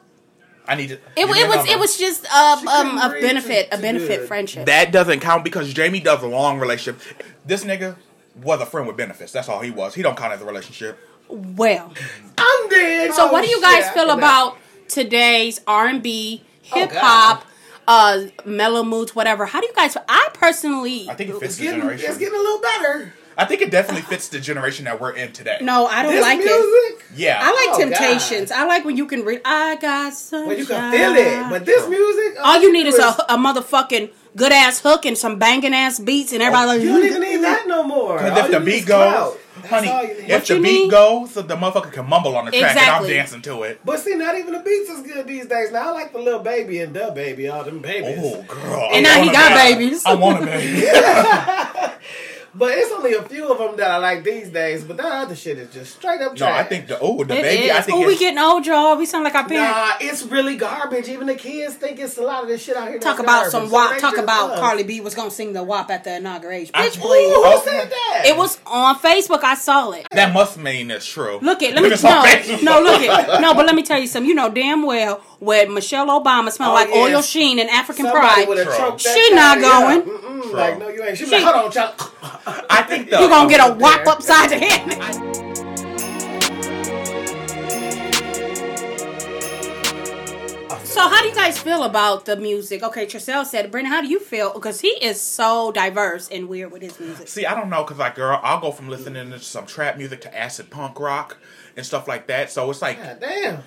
Speaker 1: I need to.
Speaker 2: It,
Speaker 1: give me
Speaker 2: it
Speaker 1: a
Speaker 2: was
Speaker 1: number.
Speaker 2: it was just uh,
Speaker 3: She
Speaker 2: um
Speaker 3: couldn't
Speaker 2: a
Speaker 3: read
Speaker 2: benefit
Speaker 3: too-
Speaker 2: a
Speaker 3: too
Speaker 2: benefit
Speaker 3: good.
Speaker 2: friendship.
Speaker 1: That doesn't count because Jamie does a long relationship. This nigga was a friend with benefits. That's all he was. He don't count as a relationship.
Speaker 2: well,
Speaker 3: I'm dead.
Speaker 2: So
Speaker 3: Oh,
Speaker 2: what do you
Speaker 3: shit,
Speaker 2: guys
Speaker 3: I Oh,
Speaker 2: feel
Speaker 3: cannot.
Speaker 2: about today's R and B, hip hop, uh, mellow moods, whatever? How do you guys? I personally,
Speaker 1: I think it fits
Speaker 3: It's
Speaker 1: the
Speaker 3: getting, it's
Speaker 1: generation.
Speaker 3: getting a little better.
Speaker 1: I think it definitely fits the generation that we're in today.
Speaker 2: no, I don't
Speaker 3: This
Speaker 2: like it.
Speaker 3: music.
Speaker 1: Yeah.
Speaker 2: I like
Speaker 3: Oh,
Speaker 2: Temptations. I like when you can read. I got sunshine.
Speaker 3: Well, you can feel it, but this music. oh,
Speaker 2: all you need is a,
Speaker 3: it's-
Speaker 2: a motherfucking good ass hook and some banging ass beats, and everybody like
Speaker 3: Oh, You don't even need that no more.
Speaker 1: Because
Speaker 3: All
Speaker 1: if
Speaker 3: you
Speaker 1: the
Speaker 3: need is
Speaker 1: beat
Speaker 3: clout.
Speaker 1: goes,
Speaker 3: That's
Speaker 1: honey,
Speaker 3: all you need.
Speaker 1: if
Speaker 2: you
Speaker 1: the beat
Speaker 2: need-
Speaker 1: goes, the motherfucker can mumble on the track and I'm
Speaker 2: Exactly.
Speaker 1: dancing to it.
Speaker 3: But see, not even the beats is good these days. Now I like the little baby and the baby, all them babies.
Speaker 1: Oh, girl.
Speaker 2: And
Speaker 1: I
Speaker 2: now he
Speaker 1: want a
Speaker 2: got
Speaker 1: baby.
Speaker 2: babies.
Speaker 1: I want a baby.
Speaker 3: But it's only a few of them that I like these days. But that other shit is just straight up
Speaker 1: no,
Speaker 3: trash.
Speaker 1: I think the, oh, the
Speaker 2: It
Speaker 1: baby, I
Speaker 2: is.
Speaker 1: think
Speaker 2: Oh, we
Speaker 1: it's-
Speaker 2: getting old, y'all. We sound like our parents.
Speaker 3: Nah, it's really garbage. Even the kids think it's a lot of this shit out here.
Speaker 2: Talk
Speaker 3: that's
Speaker 2: about
Speaker 3: garbage.
Speaker 2: some
Speaker 3: So
Speaker 2: WAP.
Speaker 3: they
Speaker 2: Talk
Speaker 3: just
Speaker 2: about
Speaker 3: love.
Speaker 2: Carly B was gonna sing the WAP at the inauguration.
Speaker 1: I-
Speaker 2: Bitch,
Speaker 1: Ooh,
Speaker 2: please.
Speaker 3: Who
Speaker 1: Okay.
Speaker 3: said that?
Speaker 2: It was on Facebook. I saw it.
Speaker 1: That must mean it's true.
Speaker 2: Look it. Let me
Speaker 1: at some
Speaker 2: no,
Speaker 1: faces.
Speaker 2: no. Look it. No, but let me tell you something. You know damn well where Michelle Obama smelled
Speaker 3: Oh,
Speaker 2: like
Speaker 3: yes.
Speaker 2: oil sheen and African
Speaker 3: Somebody
Speaker 2: pride.
Speaker 3: woulda
Speaker 1: True.
Speaker 3: choked that
Speaker 2: She not
Speaker 3: guy, yeah.
Speaker 2: going.
Speaker 3: Mm-mm,
Speaker 1: True.
Speaker 3: Like no, you ain't. She was like, hold on, child.
Speaker 1: I think the
Speaker 2: You gonna get a
Speaker 1: um,
Speaker 2: whop upside the head. So how do you guys feel about the music? Okay, Tracell said, Brandon, how do you feel? Because he is so diverse and weird with his music.
Speaker 1: See, I don't know, cause like, girl, I'll go from listening to some trap music to acid punk rock and stuff like that. So it's like,
Speaker 3: God damn.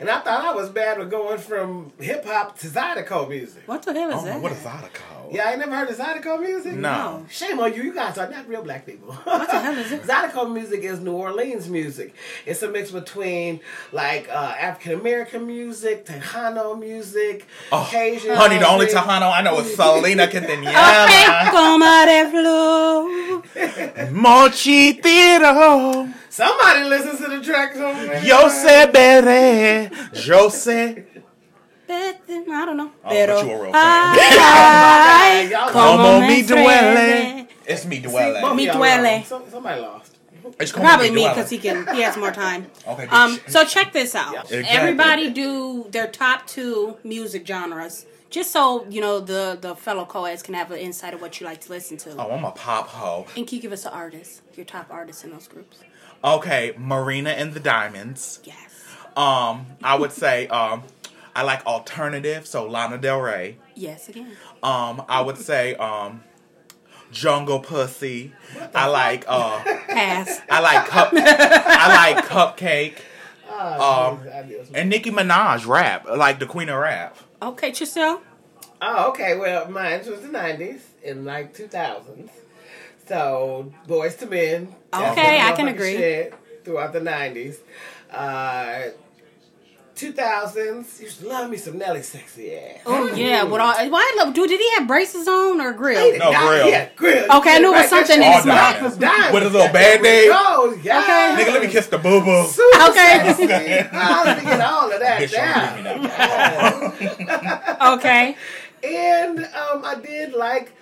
Speaker 3: And I thought I was bad with going from hip hop to Zydeco music.
Speaker 2: What the hell is
Speaker 1: Oh,
Speaker 2: that?
Speaker 1: what is that called?
Speaker 3: Yeah, I ain't never heard of Zydeco music.
Speaker 1: No.
Speaker 3: Shame on you. You guys are not real black people.
Speaker 2: What the hell is it?
Speaker 3: Zydeco music is New Orleans music. It's a mix between like uh, African American music, Tejano music,
Speaker 1: Oh,
Speaker 3: Cajun.
Speaker 1: honey, the only
Speaker 3: music.
Speaker 1: Tejano I know is Selena
Speaker 2: Okay,
Speaker 1: Quintanilla.
Speaker 2: coma de flor.
Speaker 1: Mochi Tiro.
Speaker 3: Somebody listens to the tracks over there.
Speaker 1: Jose Bere. Jose.
Speaker 2: Bet- I don't know.
Speaker 1: Oh, but
Speaker 2: Pero
Speaker 1: you a real
Speaker 2: ay,
Speaker 3: Y'all-
Speaker 1: Como
Speaker 2: me
Speaker 1: me duele.
Speaker 2: duele.
Speaker 1: It's me
Speaker 3: See, both
Speaker 1: duele.
Speaker 2: Mi
Speaker 3: y'all
Speaker 2: duele.
Speaker 3: wrong. Some- Somebody lost.
Speaker 1: It's como
Speaker 2: Probably me
Speaker 1: duele.
Speaker 2: because he can. He has more time.
Speaker 1: Okay,
Speaker 2: Um.
Speaker 1: bitch.
Speaker 2: So check this out.
Speaker 3: Yeah.
Speaker 1: Exactly.
Speaker 2: Everybody do their top two music genres, just so you know the the fellow co-eds can have an insight of what you like to listen to.
Speaker 1: Oh, I'm a pop hoe.
Speaker 2: And can you give us an artist, your top artist in those groups?
Speaker 1: Okay, Marina and the Diamonds.
Speaker 2: Yes.
Speaker 1: Um, I would say um, I like alternative, so Lana Del Rey.
Speaker 2: Yes. Again.
Speaker 1: Um, I would say um, Jungle Pussy. I like uh,
Speaker 2: Pass.
Speaker 1: I like cup. I like cupcake
Speaker 3: Oh,
Speaker 1: Um,
Speaker 3: geez, I guess.
Speaker 1: and Nicki Minaj rap, like the queen of rap.
Speaker 2: Okay, Chiselle.
Speaker 3: Oh, okay. Well, mine was the '90s and like 2000s. So, boys to men. that's
Speaker 2: Okay, I
Speaker 3: what
Speaker 2: can
Speaker 3: motherfucking
Speaker 2: agree.
Speaker 3: shit Throughout the '90s, uh, 2000s. You should love me some Nelly sexy ass.
Speaker 2: Oh yeah. What all? Why? I love- Dude, did he have braces on or grill?
Speaker 1: No, grill.
Speaker 3: Yeah, grill.
Speaker 2: Okay, I knew it was something in
Speaker 1: All
Speaker 2: his mouth.
Speaker 1: diamonds.
Speaker 3: Diamonds.
Speaker 1: With a little band aid.
Speaker 3: Oh, yeah.
Speaker 1: Nigga, let me kiss the boo boo.
Speaker 2: Okay.
Speaker 3: Super sexy. Oh, let me get all of that
Speaker 1: Bitch,
Speaker 3: down.
Speaker 1: don't leave me now.
Speaker 2: Okay.
Speaker 3: And um, I did like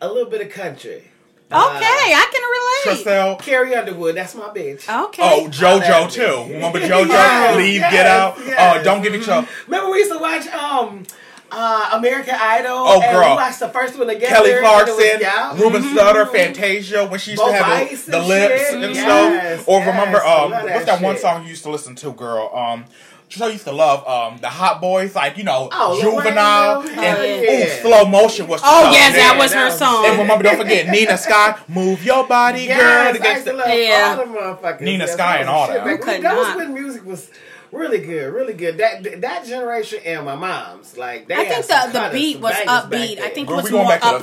Speaker 3: a little bit of country.
Speaker 2: Okay, I can relate.
Speaker 1: Chriselle.
Speaker 3: Carrie Underwood, that's my bitch.
Speaker 2: Okay.
Speaker 1: Oh, JoJo
Speaker 3: Alright.
Speaker 1: too. Remember JoJo?
Speaker 3: Yes,
Speaker 1: Leave,
Speaker 3: yes,
Speaker 1: get out.
Speaker 3: yes.
Speaker 1: Oh, don't get each other.
Speaker 3: Remember we used to watch um uh American Idol.
Speaker 1: Oh,
Speaker 3: and
Speaker 1: girl.
Speaker 3: We watched the first one together.
Speaker 1: Kelly
Speaker 3: and it was-
Speaker 1: Clarkson,
Speaker 3: yeah.
Speaker 1: Ruben Sutter, Fantasia when she used
Speaker 3: Bo
Speaker 1: to have
Speaker 3: Bice
Speaker 1: the, the
Speaker 3: and
Speaker 1: lips
Speaker 3: shit.
Speaker 1: and
Speaker 3: Yes,
Speaker 1: stuff. Or
Speaker 3: yes,
Speaker 1: remember,
Speaker 3: I
Speaker 1: um,
Speaker 3: love that
Speaker 1: what's that one
Speaker 3: shit.
Speaker 1: song you used to listen to, girl? Um, Giselle used to love um the Hot Boys, like you know,
Speaker 3: Oh,
Speaker 1: Juvenile
Speaker 3: Lorraine,
Speaker 1: and
Speaker 2: oh,
Speaker 1: ooh,
Speaker 3: yeah.
Speaker 1: slow motion was.
Speaker 2: Oh,
Speaker 1: so
Speaker 2: yes, that
Speaker 1: big.
Speaker 2: was her
Speaker 3: that
Speaker 1: And
Speaker 3: was-
Speaker 2: song.
Speaker 1: remember, don't forget Nina Sky, move your body, girl.
Speaker 3: Yes,
Speaker 1: to
Speaker 3: I
Speaker 1: get
Speaker 3: used to
Speaker 1: the-
Speaker 3: love
Speaker 2: Yeah.
Speaker 3: all the motherfuckers.
Speaker 1: Nina
Speaker 3: Yes,
Speaker 1: Sky
Speaker 3: that
Speaker 1: and
Speaker 3: was
Speaker 1: all
Speaker 3: shit
Speaker 1: that.
Speaker 3: back
Speaker 2: Who
Speaker 3: then.
Speaker 2: could
Speaker 3: That was
Speaker 2: not?
Speaker 3: when music was really good, really good. That that generation and my mom's like they
Speaker 2: I
Speaker 3: had
Speaker 2: think
Speaker 3: some
Speaker 2: the, the
Speaker 3: cutters,
Speaker 2: beat
Speaker 3: some
Speaker 2: was
Speaker 3: bangers
Speaker 2: upbeat.
Speaker 3: back
Speaker 2: I think it
Speaker 1: Girl,
Speaker 2: was
Speaker 1: we going
Speaker 2: more
Speaker 1: back to the 50s.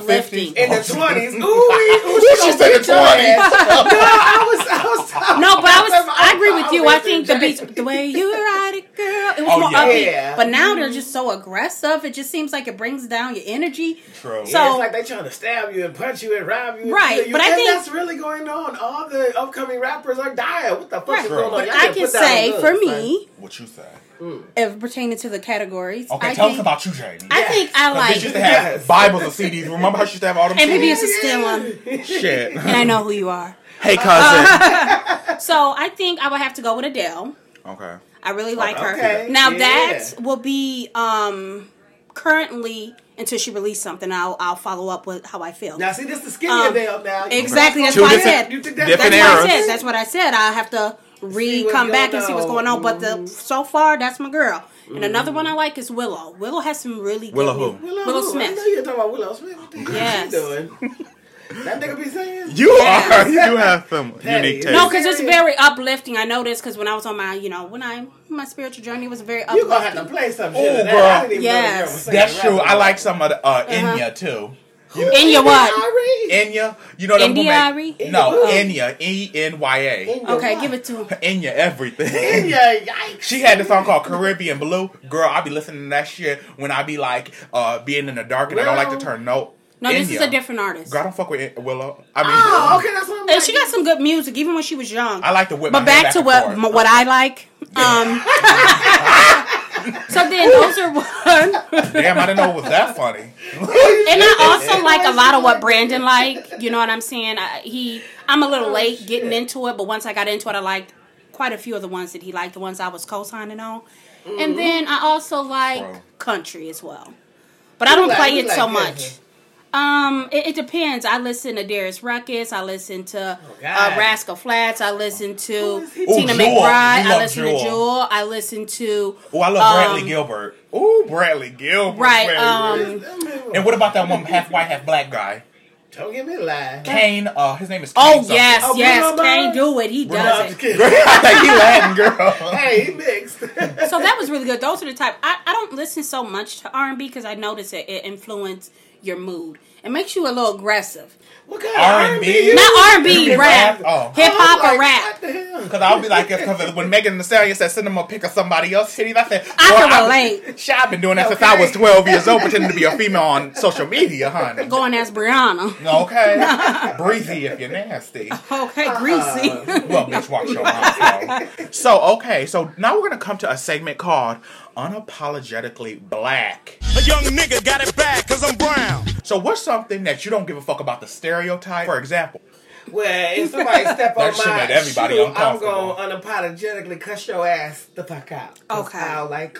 Speaker 2: uplifting.
Speaker 3: then. in the twenties. Ooh, wee, ooh, she
Speaker 1: she
Speaker 3: gonna
Speaker 1: said
Speaker 3: beat
Speaker 1: the
Speaker 3: your ass.
Speaker 1: 20s.
Speaker 3: No, I was, I was. I was
Speaker 2: No, but I was
Speaker 3: talking about-
Speaker 2: I agree with you. I
Speaker 3: was
Speaker 2: think the beats
Speaker 3: enjoying-
Speaker 2: the way you ride it, girl. It was
Speaker 1: Oh,
Speaker 2: more
Speaker 1: yeah.
Speaker 2: upbeat.
Speaker 3: Yeah.
Speaker 2: But now they're just so aggressive. It just seems like it brings down your energy.
Speaker 1: True.
Speaker 2: So
Speaker 3: Yeah, it's like they trying to stab you and punch you and rob you, and
Speaker 2: Right,
Speaker 3: kill you.
Speaker 2: but I
Speaker 3: and
Speaker 2: think-
Speaker 3: that's really going on. All the upcoming rappers are dying. What the fuck
Speaker 2: Right.
Speaker 3: is going on?
Speaker 2: But
Speaker 3: Y'all
Speaker 2: I
Speaker 3: didn't
Speaker 2: can
Speaker 3: put that on
Speaker 2: say
Speaker 3: the
Speaker 2: for
Speaker 3: list,
Speaker 2: me,
Speaker 1: What you say?
Speaker 2: if pertaining to the categories,
Speaker 1: Okay,
Speaker 2: I
Speaker 1: tell
Speaker 2: think,
Speaker 1: us about you, Jamie.
Speaker 2: I think I
Speaker 1: Like, bitch
Speaker 2: like
Speaker 1: used to have
Speaker 3: Yes.
Speaker 1: Bibles and CDs. Remember how she used to have all them
Speaker 2: and maybe
Speaker 1: CDs?
Speaker 2: it's Uh, a still one.
Speaker 1: Shit.
Speaker 2: And I know who you are.
Speaker 1: hey, cousin.
Speaker 2: So I think I would have to go with Adele.
Speaker 1: okay.
Speaker 2: I really like
Speaker 3: Okay,
Speaker 2: her. Now
Speaker 3: yeah.
Speaker 2: that will be um currently until she released something. I'll I'll follow up with how I feel.
Speaker 3: Now see, this is skinny
Speaker 2: Um,
Speaker 3: Adele now. You-
Speaker 2: exactly. That's
Speaker 1: Two
Speaker 2: what I
Speaker 1: different-
Speaker 2: said.
Speaker 3: You think that's
Speaker 1: different
Speaker 2: That's what I
Speaker 1: eras.
Speaker 2: said. That's what I said. I have to re
Speaker 3: See what
Speaker 2: come
Speaker 3: you
Speaker 2: back and see what's
Speaker 3: know.
Speaker 2: going on. But the so far, that's my girl. And another one I like is Willow. Willow has some really good
Speaker 1: Willow who?
Speaker 2: mu-
Speaker 3: Mm. Willow,
Speaker 2: Willow
Speaker 3: I
Speaker 2: Smith.
Speaker 3: know you're talking about Willow Smith. What the hell
Speaker 2: Yes.
Speaker 3: she doing? that nigga be saying.
Speaker 1: You
Speaker 2: Yes.
Speaker 1: are. You have some
Speaker 3: Patty,
Speaker 1: unique
Speaker 3: it's-
Speaker 1: taste.
Speaker 2: No, because it's
Speaker 3: Serious.
Speaker 2: very uplifting. I know this because when I was on my, you know, when I my spiritual journey it was very
Speaker 3: You gonna have
Speaker 2: uplifting.
Speaker 3: to play some
Speaker 1: Oh,
Speaker 3: shit. of that.
Speaker 1: girl.
Speaker 3: I didn't even know the
Speaker 2: Yes.
Speaker 3: girl was singing
Speaker 1: That's
Speaker 3: rap.
Speaker 1: true. I like some of the uh, Enya too.
Speaker 2: In your what?
Speaker 3: Irie.
Speaker 1: Enya, you know that
Speaker 2: N.D.I.R.E.?
Speaker 1: woman. No,
Speaker 3: Ooh.
Speaker 1: Enya, E N Y A.
Speaker 3: In your
Speaker 2: Okay,
Speaker 3: what?
Speaker 2: give it to him.
Speaker 1: Enya, everything.
Speaker 3: In your yikes.
Speaker 1: She had this song called Caribbean Blue. Girl, I be listening to that shit when I be like uh, being in the dark and I don't like to turn no.
Speaker 2: No, this is
Speaker 1: Enya.
Speaker 2: a different artist.
Speaker 1: Girl, I don't fuck with Willow. I mean,
Speaker 3: Oh, okay, that's what I'm.
Speaker 2: And
Speaker 3: like.
Speaker 2: she got some good music, even when she was young.
Speaker 1: I like to whip
Speaker 2: But
Speaker 1: my hair back
Speaker 2: back, to
Speaker 1: and
Speaker 2: what
Speaker 1: forth.
Speaker 2: my, what I like. Um, so then those are one,
Speaker 1: damn, I didn't know it was that funny.
Speaker 2: and I also like a lot of what Brandon like. You know what I'm saying? I, he, I'm a little late getting into it, but once I got into it, I liked quite a few of the ones that he liked, the ones I was co-signing on.
Speaker 3: Mm-hmm.
Speaker 2: And then I also like
Speaker 1: Bro.
Speaker 2: country as well, but I don't
Speaker 3: like-
Speaker 2: play
Speaker 3: you
Speaker 2: it
Speaker 3: like
Speaker 2: so
Speaker 3: country.
Speaker 2: much. Um, it, it depends. I listen to Darius Ruckus. I listen to
Speaker 1: Oh,
Speaker 3: God.
Speaker 2: uh, Rascal Flats. I listen to
Speaker 3: is he?
Speaker 1: Ooh,
Speaker 2: Tina
Speaker 1: Jewel.
Speaker 2: McBride.
Speaker 1: You
Speaker 2: I
Speaker 1: love
Speaker 2: listen
Speaker 1: Jewel.
Speaker 2: to Jewel. I listen to
Speaker 1: Oh, I love Bradley
Speaker 2: Um,
Speaker 1: Gilbert. Ooh, Bradley Gilbert.
Speaker 2: right.
Speaker 1: Bradley Gilbert.
Speaker 2: Um,
Speaker 1: and what about that one half white, half black guy?
Speaker 3: Don't give me a lie.
Speaker 1: Kane. Uh, his name is. Kane
Speaker 2: oh
Speaker 1: something.
Speaker 2: yes,
Speaker 3: Oh,
Speaker 2: yes,
Speaker 3: Bruno
Speaker 2: can't
Speaker 3: Mars?
Speaker 2: do it. He
Speaker 3: No, I'm
Speaker 2: does
Speaker 3: just
Speaker 2: it.
Speaker 3: kidding.
Speaker 1: I think he Latin girl.
Speaker 3: Hey, he mixed.
Speaker 2: so that was really good. Those are the type. I, I don't listen so much to R and B because I notice it, it influences your mood. It makes you a little aggressive.
Speaker 3: What kind of
Speaker 1: R&B?
Speaker 3: R&B?
Speaker 2: Not R and B,
Speaker 1: Hip-hop?
Speaker 2: rap,
Speaker 1: Oh.
Speaker 2: hip hop,
Speaker 3: I'm
Speaker 2: or
Speaker 3: like,
Speaker 2: rap.
Speaker 3: What the hell?
Speaker 1: Because I'll be like, because when Megan Thee Stallion said, send them a pick of somebody else's titties, I said,
Speaker 2: I
Speaker 1: "Well,
Speaker 2: can relate.
Speaker 1: Shit, I've been doing that since I was 12 years old, pretending to be a female on social media, honey.
Speaker 2: Going as Brianna.
Speaker 1: Okay. Breezy if you're nasty.
Speaker 2: Okay, greasy.
Speaker 3: Uh.
Speaker 1: Well, bitch, watch your mouth. yo. So, okay, so now we're going to come to a segment called Unapologetically Black.
Speaker 4: A young nigga got it bad cause I'm brown.
Speaker 1: So, what's something that you don't give a fuck about the stereotype? For example,
Speaker 3: Well, if somebody step on
Speaker 1: That shit
Speaker 3: my
Speaker 1: made everybody
Speaker 3: shoe, I'm
Speaker 1: uncomfortable.
Speaker 3: gonna unapologetically cuss your ass the fuck out. 'Cause
Speaker 2: Okay.
Speaker 3: I don't like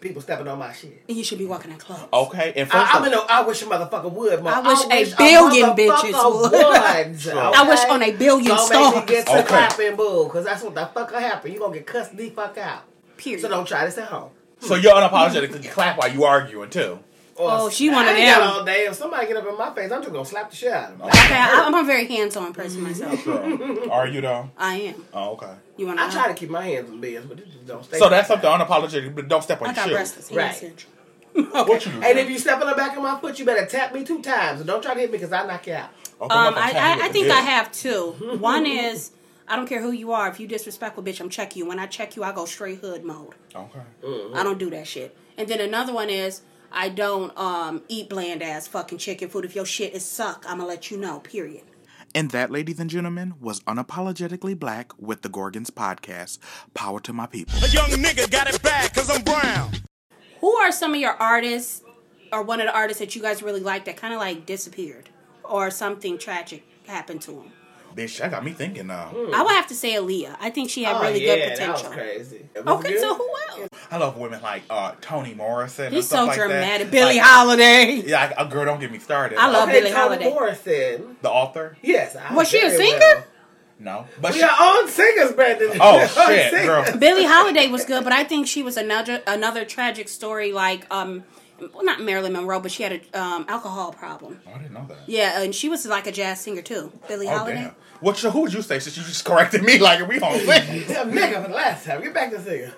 Speaker 3: people stepping on my shit.
Speaker 2: you should be walking in clubs.
Speaker 1: okay, and first
Speaker 3: I, I'm
Speaker 1: of-
Speaker 3: in a, I wish a motherfucker would. Ma.
Speaker 2: I wish a
Speaker 3: a
Speaker 2: billion
Speaker 3: motherfucker
Speaker 2: bitches would.
Speaker 3: would.
Speaker 2: I wish on a billion
Speaker 3: Don't
Speaker 2: stars.
Speaker 3: make me get to
Speaker 1: Okay.
Speaker 3: clapping, boo, because that's what the fuck will happen. You gonna get cussed the fuck out.
Speaker 2: Period.
Speaker 3: So don't try this at home.
Speaker 1: so you're unapologetically clap while you arguing, too.
Speaker 3: Or
Speaker 2: Oh, she one
Speaker 3: I
Speaker 2: of
Speaker 3: ain't got
Speaker 2: them.
Speaker 3: all day. If somebody get up in my face, I'm just gonna slap the shit out of them.
Speaker 2: Okay, I, I'm a very hands-on person
Speaker 3: Mm-hmm.
Speaker 2: myself.
Speaker 1: So, are you though?
Speaker 2: I am.
Speaker 1: Oh, okay.
Speaker 2: You want
Speaker 3: I try to keep my hands in business, but it just don't stay.
Speaker 1: So that's something unapologetic, but don't step on
Speaker 2: I
Speaker 1: your
Speaker 2: got
Speaker 1: shoes.
Speaker 2: restless hand
Speaker 3: Right.
Speaker 2: syndrome.
Speaker 1: What you do?
Speaker 3: And if you step on the back of my foot, you better tap me two times. And don't try to hit me because I knock you out.
Speaker 1: Okay,
Speaker 2: Um,
Speaker 1: motherfucker, tell
Speaker 2: I,
Speaker 1: me
Speaker 2: I,
Speaker 1: what
Speaker 2: I
Speaker 1: to
Speaker 2: think
Speaker 1: do.
Speaker 2: I have two. One is I don't care who you are. If you disrespectful, bitch, I'm check you. When I check you, I go straight hood mode.
Speaker 1: Okay.
Speaker 2: I don't do that shit. And then another one is I don't um, eat bland ass fucking chicken food. If your shit is suck, I'ma let you know. Period.
Speaker 1: And that, ladies and gentlemen, was unapologetically black with the Gorgons podcast. Power to my people.
Speaker 4: A young nigga got it bad cause I'm brown.
Speaker 2: Who are some of your artists, or one of the artists that you guys really like that kind of like disappeared, or something tragic happened to them?
Speaker 1: Bitch, that got me thinking now.
Speaker 2: I would have to say Aaliyah. I think she had
Speaker 1: Oh,
Speaker 2: really good potential.
Speaker 3: Oh, That was crazy. It was
Speaker 2: Okay,
Speaker 3: good.
Speaker 2: so who else?
Speaker 1: I love women like uh, Tony Morrison. and
Speaker 2: He's
Speaker 1: stuff
Speaker 2: so
Speaker 1: like that.
Speaker 2: dramatic. Billie
Speaker 1: Like,
Speaker 2: Holiday.
Speaker 1: Yeah, like, uh, girl, don't get me started.
Speaker 2: I love
Speaker 3: Okay,
Speaker 2: Billie
Speaker 3: Toni
Speaker 2: Holiday.
Speaker 3: Morrison.
Speaker 1: the author.
Speaker 3: Yes. I
Speaker 2: Was she a
Speaker 3: very
Speaker 2: singer?
Speaker 3: Well.
Speaker 1: No, but
Speaker 3: We are on singers, Brandon.
Speaker 1: Oh
Speaker 3: We are
Speaker 1: shit,
Speaker 3: singers.
Speaker 1: girl.
Speaker 2: Billie Holiday was good, but I think she was another another tragic story. Like, um, well, not Marilyn Monroe, but she had a um alcohol problem.
Speaker 1: I didn't know that.
Speaker 2: Yeah, and she was like a jazz singer too. Billie
Speaker 1: Oh
Speaker 2: Holiday.
Speaker 1: damn. What? you- Who would you say? Since you just corrected me, like we on sing.
Speaker 3: Damn, nigga, for the last time. Get back to singer.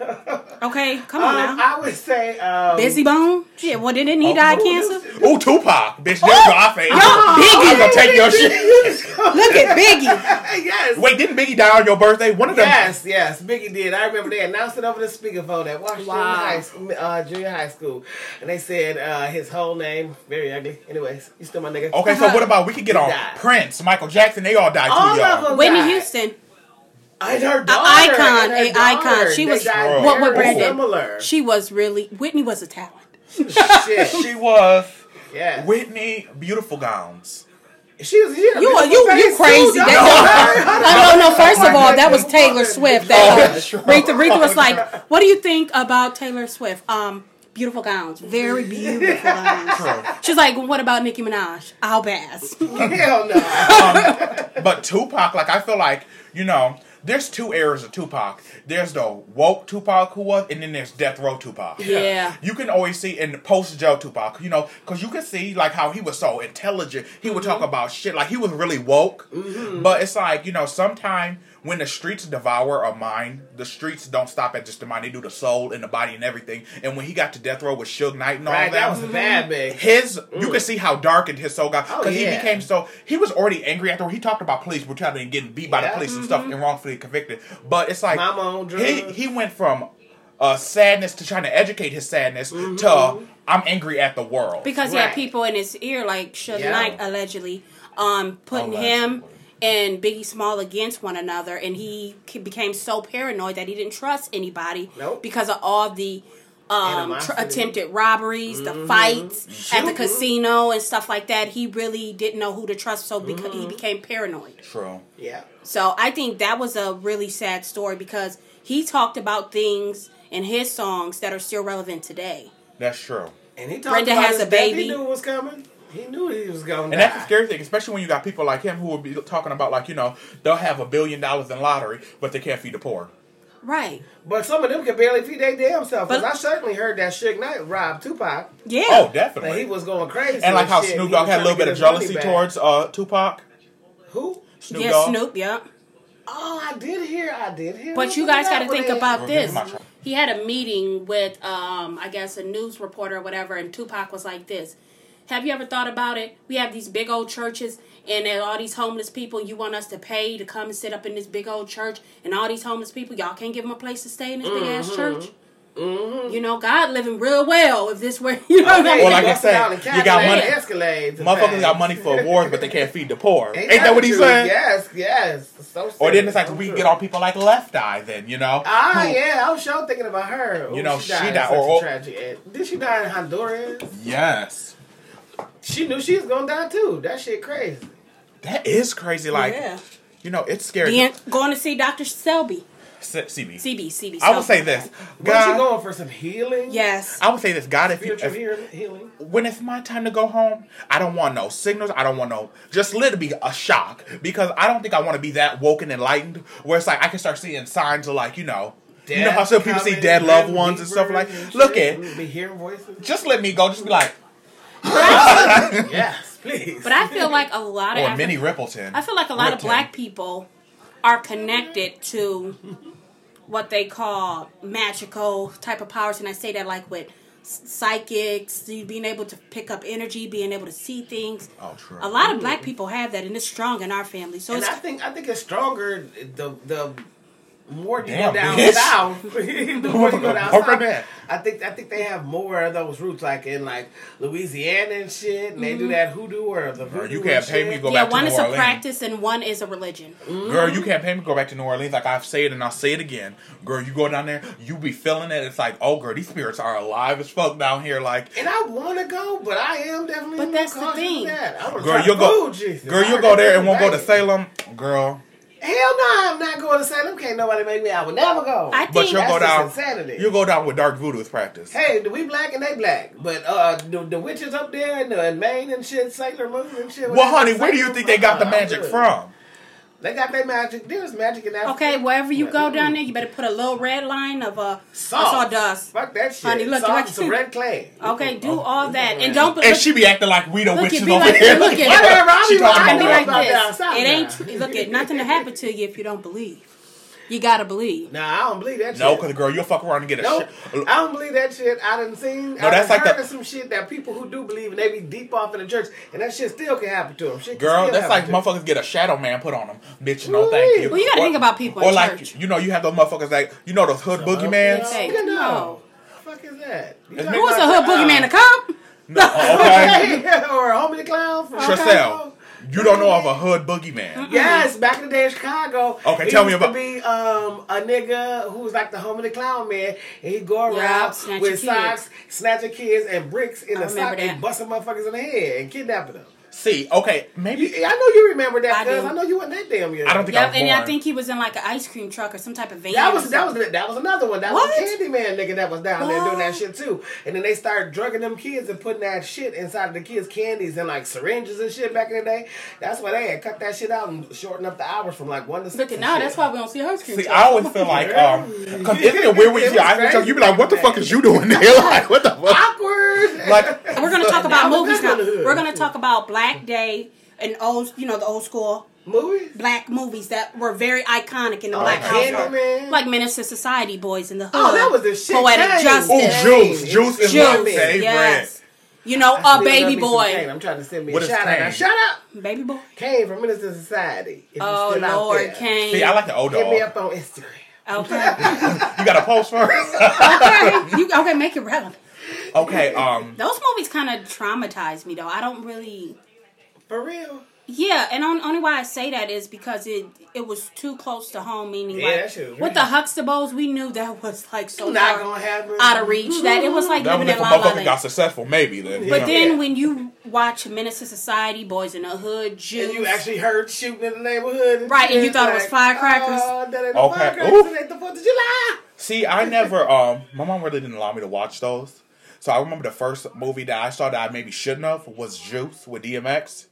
Speaker 2: Okay, come on
Speaker 3: Um,
Speaker 2: now.
Speaker 3: I would say. Um,
Speaker 2: Busy Bone. Yeah, well, didn't
Speaker 1: Oh,
Speaker 2: he die of cancer?
Speaker 1: Ooh, Tupac, bitch. That's my favorite. I'm gonna take your shit.
Speaker 2: Look at Biggie.
Speaker 3: yes.
Speaker 1: Wait, didn't Biggie die on your birthday? One of them.
Speaker 3: Yes, yes, Biggie did. I remember they announced it over the speakerphone at Washington
Speaker 2: Wow.
Speaker 3: High School, uh, Junior High School, and they said uh, his whole name, very ugly. Anyways, you still my nigga.
Speaker 1: Okay,
Speaker 2: Uh-huh.
Speaker 1: so what about we could get on
Speaker 3: Died.
Speaker 1: Prince, Michael Jackson? They all died
Speaker 3: All
Speaker 1: too,
Speaker 3: of
Speaker 1: y'all.
Speaker 3: them.
Speaker 2: Whitney
Speaker 3: died.
Speaker 2: Houston.
Speaker 3: And her daughter,
Speaker 2: icon,
Speaker 3: and her
Speaker 2: a icon.
Speaker 3: daughter,
Speaker 2: She
Speaker 3: they
Speaker 2: was-
Speaker 3: died
Speaker 1: what- what
Speaker 3: very
Speaker 1: Brandon?
Speaker 3: Similar.
Speaker 2: She was really Whitney was a talent.
Speaker 3: Shit.
Speaker 1: She was
Speaker 3: Yeah.
Speaker 1: Whitney beautiful gowns.
Speaker 3: She was.
Speaker 2: You are you you crazy? That, no, no, no. First of all, that was Taylor Swift. That
Speaker 1: Oh,
Speaker 2: uh,
Speaker 1: that's true.
Speaker 2: Rita, Rita was like, "What do you think about Taylor Swift? Um, beautiful gowns, very beautiful gowns." She's like, "What about Nicki Minaj? I'll pass."
Speaker 3: Hell no.
Speaker 1: But Tupac, like I feel like you know, there's two eras of Tupac. There's the woke Tupac who was, and then there's death row Tupac.
Speaker 2: Yeah.
Speaker 1: You can always see in the post jail Tupac, you know, because you can see like how he was so intelligent. He would talk about shit like he was really woke. But it's like you know, sometime when the streets devour a mind, the streets don't stop at just the mind; they do the soul and the body and everything. And when he got to death row with Suge Knight and all
Speaker 3: Right,
Speaker 1: that
Speaker 3: that was a bad man.
Speaker 1: his you can see how darkened his soul got because
Speaker 3: Oh,
Speaker 1: he
Speaker 3: yeah.
Speaker 1: became so he was already angry after he talked about police brutality and getting beat by the
Speaker 3: Yeah. Mm-hmm.
Speaker 1: police and stuff and wrongfully convicted but it's like
Speaker 3: Mama on
Speaker 1: he
Speaker 3: drugs.
Speaker 1: he went from uh sadness to trying to educate his sadness
Speaker 3: Mm-hmm.
Speaker 1: to i'm angry at the world
Speaker 2: because he had
Speaker 3: Right.
Speaker 2: people in his ear, like Suge
Speaker 3: Yeah.
Speaker 2: Knight allegedly, um, putting him and Biggie Small against one another, and he ke- became so paranoid that he didn't trust anybody
Speaker 3: Nope.
Speaker 2: because of all the um, tr-
Speaker 3: Animosity. Mm-hmm.
Speaker 2: attempted robberies, the fights at the casino, and stuff like that. He really didn't know who to trust, so because
Speaker 3: Mm-hmm.
Speaker 2: he became paranoid.
Speaker 1: true
Speaker 3: yeah.
Speaker 2: So I think that was a really sad story because he talked about things in his songs that are still relevant today.
Speaker 1: that's true
Speaker 3: And he talked
Speaker 2: Brenda
Speaker 3: about
Speaker 2: has
Speaker 3: his
Speaker 2: a
Speaker 3: death.
Speaker 2: baby.
Speaker 3: He knew it was coming. He knew he was going.
Speaker 1: and that's the scary thing, especially when you got people like him who will be talking about like you know they'll have a billion dollars in lottery, but they can't feed the poor.
Speaker 2: Right.
Speaker 3: But some of them could barely feed their damn self. Because
Speaker 2: But-
Speaker 3: I certainly heard that Suge Knight robbed Tupac,
Speaker 2: Yeah.
Speaker 1: Oh,
Speaker 3: that
Speaker 1: definitely.
Speaker 3: he was going crazy.
Speaker 1: and like how
Speaker 3: shit.
Speaker 1: Snoop
Speaker 3: He was
Speaker 1: Dogg had a
Speaker 3: trying to
Speaker 1: little
Speaker 3: get
Speaker 1: bit of
Speaker 3: his money
Speaker 1: jealousy
Speaker 3: back.
Speaker 1: towards uh, Tupac.
Speaker 3: who?
Speaker 1: Snoop
Speaker 2: yes,
Speaker 1: Dogg.
Speaker 2: Snoop. Yep.
Speaker 3: Oh, I did hear. I did hear.
Speaker 2: But you guys got to think about
Speaker 1: Give me
Speaker 2: this.
Speaker 1: my tr-
Speaker 2: he had a meeting with um I guess a news reporter or whatever, and Tupac was like this. Have you ever thought about it? We have these big old churches and there are all these homeless people. You want us to pay to come and sit up in this big old church, and all these homeless people, y'all can't give them a place to stay in this big
Speaker 1: Mm-hmm.
Speaker 2: ass church. You know, God living real well. If this were, you know, what I mean?
Speaker 1: Well, like I said,
Speaker 3: Down in
Speaker 1: you got money-
Speaker 3: Escalades and
Speaker 1: Motherfuckers
Speaker 3: things.
Speaker 1: got money for awards, but they can't feed the poor. Ain't, that
Speaker 3: the
Speaker 1: what he
Speaker 3: truth?
Speaker 1: said?
Speaker 3: Yes, yes. It's So
Speaker 1: Or then it's
Speaker 3: sad.
Speaker 1: like
Speaker 3: So
Speaker 1: we
Speaker 3: true.
Speaker 1: get on people like Left Eye, then you know.
Speaker 3: Ah,
Speaker 1: who-
Speaker 3: yeah, I was sure thinking about her.
Speaker 1: You
Speaker 3: Ooh,
Speaker 1: know, she
Speaker 3: in
Speaker 1: died-
Speaker 3: such
Speaker 1: or-
Speaker 3: a tragic end. Did she die in Honduras?
Speaker 1: Yes,
Speaker 3: She knew she was gonna die too. That shit crazy.
Speaker 1: that is crazy. Like
Speaker 2: yeah.
Speaker 1: you know, it's scary.
Speaker 2: Then going to see Doctor Selby,
Speaker 1: C- CB.
Speaker 2: CB, CB.
Speaker 1: I would
Speaker 2: Selby.
Speaker 1: say this,
Speaker 3: Was she
Speaker 1: God.
Speaker 3: going for some healing?
Speaker 2: yes.
Speaker 1: I would say this, God. If you,
Speaker 3: Spiritual
Speaker 1: if,
Speaker 3: healing- healing.
Speaker 1: when it's my time to go home, I don't want no signals. I don't want no just let it be a shock because I don't think I want to be that woke and enlightened where it's like I can start seeing signs of like you know you know how some people see
Speaker 3: coming,
Speaker 1: dead loved
Speaker 3: dead
Speaker 1: ones and stuff like.
Speaker 3: neighbors and
Speaker 1: Look
Speaker 3: shit.
Speaker 1: at
Speaker 3: Be hearing voices.
Speaker 1: just let me go. Just be like
Speaker 3: Yes, please.
Speaker 2: But I feel like a lot of
Speaker 1: or
Speaker 2: Afri-
Speaker 1: Minnie Rippleton.
Speaker 2: I feel like a lot of
Speaker 1: Rippleton.
Speaker 2: black people are connected to what they call magical type of powers, and I say that like with s- psychics, you being able to pick up energy, being able to see things.
Speaker 1: Oh, true.
Speaker 2: A lot of black people have that, and it's strong in our family. So
Speaker 3: and
Speaker 2: it's
Speaker 3: I think I think it's stronger the the more you
Speaker 1: Damn,
Speaker 3: go down
Speaker 1: bitch.
Speaker 3: south. the more you go down
Speaker 1: Poker
Speaker 3: south.
Speaker 1: man.
Speaker 3: I think I think they have more of those roots, like in like Louisiana and shit. And they
Speaker 2: Mm-hmm.
Speaker 3: do that hoodoo or the voodoo.
Speaker 1: Girl, you can't
Speaker 3: and
Speaker 1: pay
Speaker 3: shit.
Speaker 1: me to go
Speaker 2: yeah,
Speaker 1: back to
Speaker 2: one
Speaker 1: New
Speaker 2: is a
Speaker 1: Orleans. Mm.
Speaker 2: practice and one is a religion.
Speaker 1: Girl, you can't pay me to go back to New Orleans. Like I've said and I'll say it again. Girl, you go down there, you be feeling it. It's like, oh girl, these spirits are alive as fuck down here. Like
Speaker 3: And I want to go, but I am definitely.
Speaker 2: But that's the
Speaker 3: cautious
Speaker 2: thing.
Speaker 3: of That. I wanna
Speaker 1: Girl,
Speaker 3: try
Speaker 1: you'll go.
Speaker 3: food, oh, Jesus.
Speaker 1: Girl,
Speaker 3: I
Speaker 1: you'll
Speaker 3: heard
Speaker 1: go
Speaker 3: that
Speaker 1: there and
Speaker 3: shit
Speaker 1: won't go to
Speaker 3: banging.
Speaker 1: Salem, girl.
Speaker 3: Hell no, I'm not going to Salem. Can't nobody make me. I will never go.
Speaker 2: I
Speaker 1: But
Speaker 2: think
Speaker 1: you'll go
Speaker 3: That's
Speaker 1: down.
Speaker 3: just insanity.
Speaker 1: You'll go down with dark voodoo as practice.
Speaker 3: Hey, we black and they black, but uh, the, the witches up there in, the, in Maine and shit, Sailor Moon and shit.
Speaker 1: Well,
Speaker 3: whatever,
Speaker 1: honey, where do you
Speaker 3: Sailor
Speaker 1: think they got the
Speaker 3: Moon,
Speaker 1: magic
Speaker 3: good.
Speaker 1: from?
Speaker 3: They got their magic. There's magic in Africa.
Speaker 2: okay, wherever you
Speaker 1: Mm.
Speaker 2: go down there, you better put a little red line of uh,
Speaker 3: Salt.
Speaker 2: sawdust.
Speaker 3: Fuck that shit.
Speaker 2: Honey, look,
Speaker 3: Salt
Speaker 2: like-
Speaker 3: and some red clay.
Speaker 2: Okay, do
Speaker 1: Oh,
Speaker 2: all that and don't.
Speaker 1: And
Speaker 2: look-
Speaker 1: she be acting like we the
Speaker 2: Look at
Speaker 1: witches
Speaker 2: me
Speaker 1: over
Speaker 2: like-
Speaker 1: here.
Speaker 2: look at-
Speaker 1: what?
Speaker 3: Whatever, I
Speaker 1: She
Speaker 3: be
Speaker 1: talking
Speaker 3: lying.
Speaker 2: I be
Speaker 1: about
Speaker 2: like
Speaker 1: what?
Speaker 3: about down
Speaker 2: this.
Speaker 3: south
Speaker 2: It
Speaker 3: now.
Speaker 2: ain't look at nothing to happen to you if you don't believe. You gotta believe.
Speaker 3: Nah, I don't believe that.
Speaker 1: No,
Speaker 3: shit.
Speaker 1: because girl, you'll fuck around and get a
Speaker 3: Nope.
Speaker 1: shit.
Speaker 3: I don't believe that shit. I done seen. I
Speaker 1: that's
Speaker 3: done
Speaker 1: like
Speaker 3: heard
Speaker 1: the-
Speaker 3: of some shit that people who do believe and they be deep off in the church, and that shit still can happen to them. Shit can
Speaker 1: Girl,
Speaker 3: still
Speaker 1: that's like
Speaker 3: happen to them.
Speaker 1: motherfuckers get a shadow man put on them. Bitch, no thank you.
Speaker 2: Well, you gotta think about people
Speaker 1: Or
Speaker 2: in
Speaker 1: like,
Speaker 2: church.
Speaker 1: you know, you have those motherfuckers like, you know, those hood boogeymans.
Speaker 2: Hey,
Speaker 3: Fuck
Speaker 2: no.
Speaker 3: no. Fuck is that? You
Speaker 1: It's
Speaker 3: talking
Speaker 1: me-
Speaker 2: Who was a hood
Speaker 3: about
Speaker 2: boogeyman? A
Speaker 3: the- uh,
Speaker 2: cop?
Speaker 1: No, okay.
Speaker 3: Yeah, or Homie the Clown. from
Speaker 1: Tracel,
Speaker 3: Chicago.
Speaker 1: you don't know of a hood
Speaker 2: Mm-hmm.
Speaker 1: boogeyman.
Speaker 3: Yes, back in the day in Chicago.
Speaker 1: Okay,
Speaker 3: it
Speaker 1: tell me
Speaker 3: used
Speaker 1: about-
Speaker 3: to be um, a nigga who was like the homie the clown man, and he'd go around
Speaker 2: snatch your
Speaker 3: with
Speaker 2: kids.
Speaker 3: socks, snatching kids and bricks in
Speaker 2: I
Speaker 3: the sock
Speaker 2: remember that.
Speaker 3: and busting motherfuckers in the head and kidnapping them.
Speaker 1: See, okay,
Speaker 3: You,
Speaker 1: maybe
Speaker 3: I know you remember
Speaker 2: I
Speaker 3: that,
Speaker 2: do.
Speaker 3: cuz I know you weren't that damn young.
Speaker 1: I don't think I
Speaker 2: Yep,
Speaker 1: was
Speaker 2: and I
Speaker 1: born.
Speaker 2: think he was in like an ice cream truck or some type of van.
Speaker 3: That
Speaker 2: or
Speaker 3: was that
Speaker 2: something.
Speaker 3: was that was another one. That
Speaker 2: What?
Speaker 3: was Candyman nigga that was down there doing
Speaker 2: What?
Speaker 3: that shit too. And then they started drugging them kids and putting that shit inside of the kids' candies and like syringes and shit back in the day. That's why they had cut that shit out and shortened up the hours from like one to six.
Speaker 2: Look at
Speaker 3: and
Speaker 2: now,
Speaker 3: shit.
Speaker 2: that's why we don't see ice cream
Speaker 1: See,
Speaker 2: truck.
Speaker 1: I always feel like, um, cause isn't it weird when you see
Speaker 3: It was
Speaker 1: ice cream
Speaker 3: crazy
Speaker 1: truck, you be like, what the
Speaker 3: back
Speaker 1: fuck
Speaker 3: then.
Speaker 1: is you doing here? Like, what the fuck?
Speaker 3: awkward.
Speaker 1: Like,
Speaker 2: We're gonna talk about
Speaker 3: Now we're
Speaker 2: movies now.
Speaker 3: back in the hood.
Speaker 2: We're gonna talk about Black Day and old, you know, the old school
Speaker 3: movies.
Speaker 2: black movies that were very iconic in the black
Speaker 1: okay.
Speaker 2: household,
Speaker 3: Candyman.
Speaker 2: like Menace to Society, Boys in the Hood.
Speaker 3: Oh, that was the shit.
Speaker 2: Poetic
Speaker 3: Dang.
Speaker 1: ooh,
Speaker 2: Justice.
Speaker 1: juice, juice is my
Speaker 2: Juice,
Speaker 1: favorite.
Speaker 2: yes. You know,
Speaker 3: I
Speaker 2: a
Speaker 3: still love
Speaker 2: baby
Speaker 3: me some Kane.
Speaker 2: boy,
Speaker 3: I'm trying to send me
Speaker 1: What
Speaker 3: a
Speaker 1: is
Speaker 3: shout
Speaker 1: Kane?
Speaker 3: out. Now, shut up.
Speaker 2: baby boy.
Speaker 3: Kane from Minister Society. if you
Speaker 2: Oh
Speaker 3: still out
Speaker 2: Lord,
Speaker 3: there.
Speaker 2: Kane.
Speaker 1: See, I like the old
Speaker 3: Hit me
Speaker 1: dog.
Speaker 3: up on Instagram.
Speaker 2: Okay.
Speaker 1: You got a post first?
Speaker 2: okay. You okay? Make it relevant.
Speaker 1: okay, um,
Speaker 2: Those movies kind of traumatized me though. I don't really.
Speaker 3: For real.
Speaker 2: Yeah, and on, only why I say that is because it it was too close to home. Meaning,
Speaker 3: Yeah,
Speaker 2: like
Speaker 3: that shit was
Speaker 2: with the Huxtables, we knew that was like so
Speaker 3: Not
Speaker 2: far
Speaker 3: gonna happen.
Speaker 2: out of reach. That it was like
Speaker 1: that was
Speaker 2: living in
Speaker 1: if a
Speaker 2: La La
Speaker 1: motherfucker got
Speaker 2: Land.
Speaker 1: successful, maybe then. you
Speaker 2: But
Speaker 1: know.
Speaker 2: then
Speaker 3: Yeah.
Speaker 2: when you watch Menace to Society, Boys in the Hood, Juice,
Speaker 3: And you actually heard shooting in the neighborhood.
Speaker 2: Right, and
Speaker 3: shit,
Speaker 2: you thought it was firecrackers.
Speaker 3: Oh, that ain't
Speaker 1: Okay. Ooh.
Speaker 3: okay. firecrackers. It ain't the 4th of July.
Speaker 1: See, I never. Um, my mom really didn't allow me to watch those. So I remember the first movie that I saw that I maybe shouldn't have was Juice with DMX.